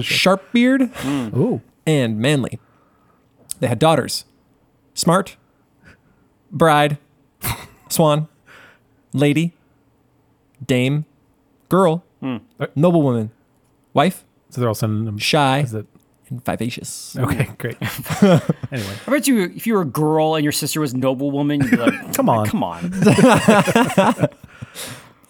Speaker 2: sharpbeard,
Speaker 1: Ooh.
Speaker 2: and manly. They had daughters smart, *laughs* bride, swan, lady, dame, girl, noblewoman, wife,
Speaker 1: So they're all sending them.
Speaker 2: shy,
Speaker 1: Is it?
Speaker 2: and vivacious.
Speaker 1: Okay. *laughs* Great. anyway.
Speaker 3: I bet you, if you were a girl and your sister was noblewoman, you'd be
Speaker 2: *laughs*
Speaker 3: like,
Speaker 1: Come on.
Speaker 3: come on.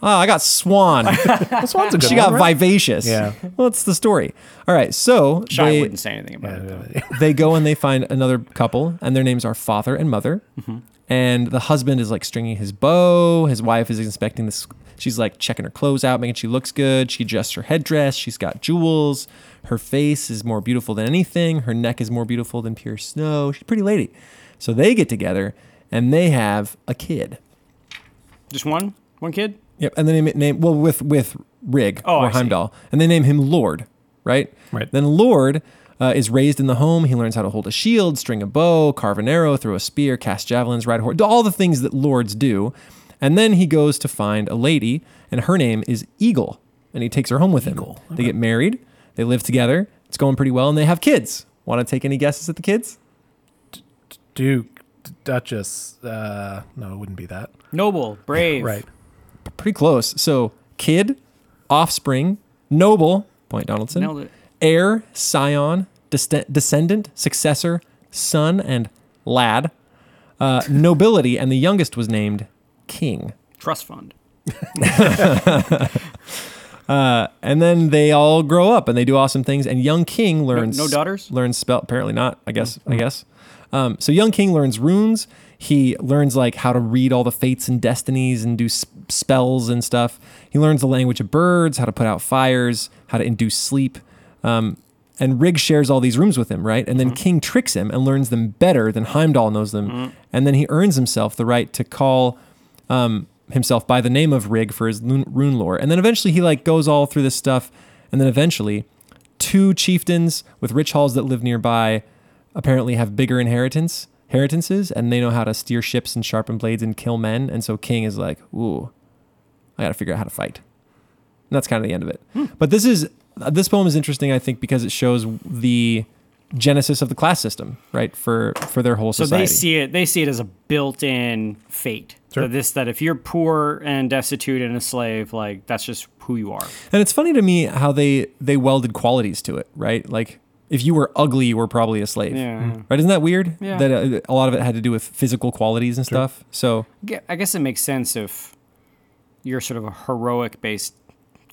Speaker 2: Oh, I
Speaker 1: *laughs*
Speaker 2: got swan.
Speaker 1: This one's a good
Speaker 2: she
Speaker 1: one,
Speaker 2: got
Speaker 1: right?
Speaker 2: vivacious.
Speaker 1: Yeah.
Speaker 2: Well, that's the story. All right. So
Speaker 3: Shy
Speaker 2: they,
Speaker 3: wouldn't say anything about it. Though.
Speaker 2: *laughs* they go and they find another couple, and their names are father and mother.
Speaker 1: Mm-hmm.
Speaker 2: And the husband is like stringing his bow. His wife is inspecting this. She's like checking her clothes out, making she looks good. She adjusts her headdress. She's got jewels. Her face is more beautiful than anything. Her neck is more beautiful than pure snow. She's a pretty lady. So they get together and they have a kid.
Speaker 3: Just one? One kid?
Speaker 2: Yep, and they name it name well with with Rig
Speaker 3: Oh,
Speaker 2: or
Speaker 3: I see.
Speaker 2: Heimdall, and they name him Lord, right?
Speaker 1: Right.
Speaker 2: Then Lord uh, is raised in the home. He learns how to hold a shield, string a bow, carve an arrow, throw a spear, cast javelins, ride a horse, all the things that lords do. And then he goes to find a lady, and her name is Eagle, and he takes her home with him. They get married, they live together. It's going pretty well, and they have kids. Want to take any guesses at the kids?
Speaker 1: Duke, D- Duchess. Uh, no, it wouldn't be that.
Speaker 3: Noble,
Speaker 2: *laughs*
Speaker 3: brave.
Speaker 1: Right.
Speaker 2: Pretty close. So kid, offspring, noble. Point Donaldson.
Speaker 3: Nailed it.
Speaker 2: heir, scion, dest- descendant, successor, son, and lad, uh, nobility, and the youngest was named king.
Speaker 3: Trust fund.
Speaker 2: Uh, And then they all grow up and they do awesome things. And young king learns
Speaker 3: no daughters? Mm-hmm.
Speaker 2: Learns spell. Apparently not. I guess. I guess. Um, so young King learns runes. He learns like how to read all the fates and destinies and do s- spells and stuff. He learns the language of birds, how to put out fires, how to induce sleep. Um, and Rig shares all these rooms with him, right? And then
Speaker 3: Mm-hmm.
Speaker 2: King tricks him and learns them better than Heimdall knows them. And then he earns himself the right to call um, himself by the name of Rig for his lun- rune lore. And then eventually he like goes all through this stuff. And then eventually, two chieftains with rich halls that live nearby apparently have bigger inheritance heritages, and they know how to steer ships and sharpen blades and kill men. And so King is like, "Ooh, I got to figure out how to fight." And that's kind of the end of it.
Speaker 3: Hmm.
Speaker 2: But this is this poem is interesting, I think, because it shows the genesis of the class system, right? For for their whole
Speaker 3: So
Speaker 2: society.
Speaker 3: they see it. They see it as a built-in fate.
Speaker 1: Sure.
Speaker 3: That this that if you're poor and destitute and a slave, like that's just who you are.
Speaker 2: And it's funny to me how they they welded qualities to it, right? Like if you were ugly, you were probably a slave.
Speaker 3: Yeah. Mm.
Speaker 2: Right? Isn't that weird?
Speaker 3: Yeah.
Speaker 2: That uh, a lot of it had to do with physical qualities and stuff. So
Speaker 3: Gu- I guess it makes sense if you're sort of a heroic-based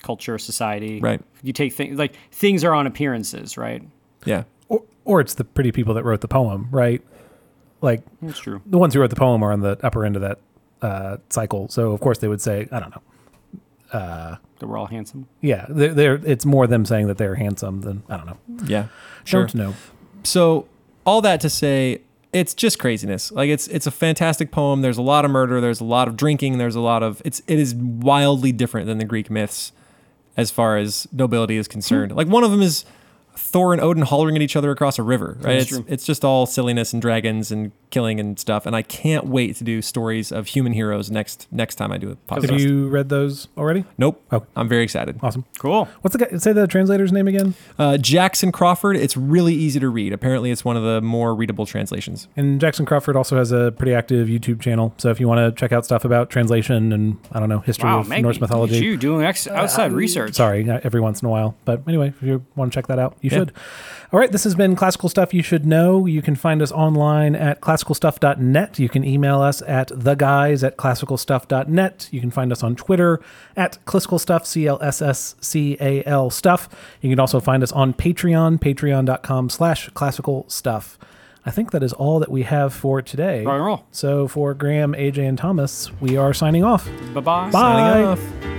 Speaker 3: culture society.
Speaker 2: Right.
Speaker 3: You take things like things are on appearances, right?
Speaker 2: yeah,
Speaker 1: Or, or it's the pretty people that wrote the poem, right? Like
Speaker 3: That's true.
Speaker 1: the ones who wrote the poem are on the upper end of that uh, cycle. So of course they would say, I don't know.
Speaker 3: That we're all handsome.
Speaker 1: Yeah, they're, they're, it's more them saying that they're handsome than I don't know.
Speaker 2: yeah, sure.
Speaker 1: Don't know.
Speaker 2: So all that to say, it's just craziness. Like it's it's a fantastic poem. There's a lot of murder. There's a lot of drinking. There's a lot of it's it is wildly different than the Greek myths as far as nobility is concerned.
Speaker 1: Hmm.
Speaker 2: Like one of them is Thor and Odin hollering at each other across a river. Right? It's it's just all silliness and dragons and killing and stuff. And I can't wait to do stories of human heroes next next time I do a
Speaker 1: Have
Speaker 2: podcast.
Speaker 1: you read those already?
Speaker 2: nope.
Speaker 1: Oh.
Speaker 2: I'm very excited.
Speaker 1: Awesome.
Speaker 3: Cool.
Speaker 1: What's the guy, say the translator's name again?
Speaker 2: Uh, Jackson Crawford. It's really easy to read. Apparently, it's one of the more readable translations.
Speaker 1: And Jackson Crawford also has a pretty active YouTube channel. So if you want to check out stuff about translation and I don't know history
Speaker 3: Wow,
Speaker 1: of
Speaker 3: Maggie,
Speaker 1: Norse
Speaker 3: look at
Speaker 1: mythology,
Speaker 3: You doing ex- outside research?
Speaker 1: Sorry, uh, every once in a while. But anyway, if you want to check that out, you should. All right, this has been Classical Stuff You Should Know. You can find us online at classicalstuff.net. You can email us at theguys at classicalstuff.net. You can find us on Twitter at classical stuff, C L S S C A L stuff. You can also find us on Patreon, patreon.com slash classical stuff. I think that is all that we have for today.
Speaker 3: Rock and roll.
Speaker 1: So for Graham, AJ, and Thomas, we are signing off.
Speaker 3: Bye-bye.
Speaker 1: Bye.
Speaker 2: Signing off.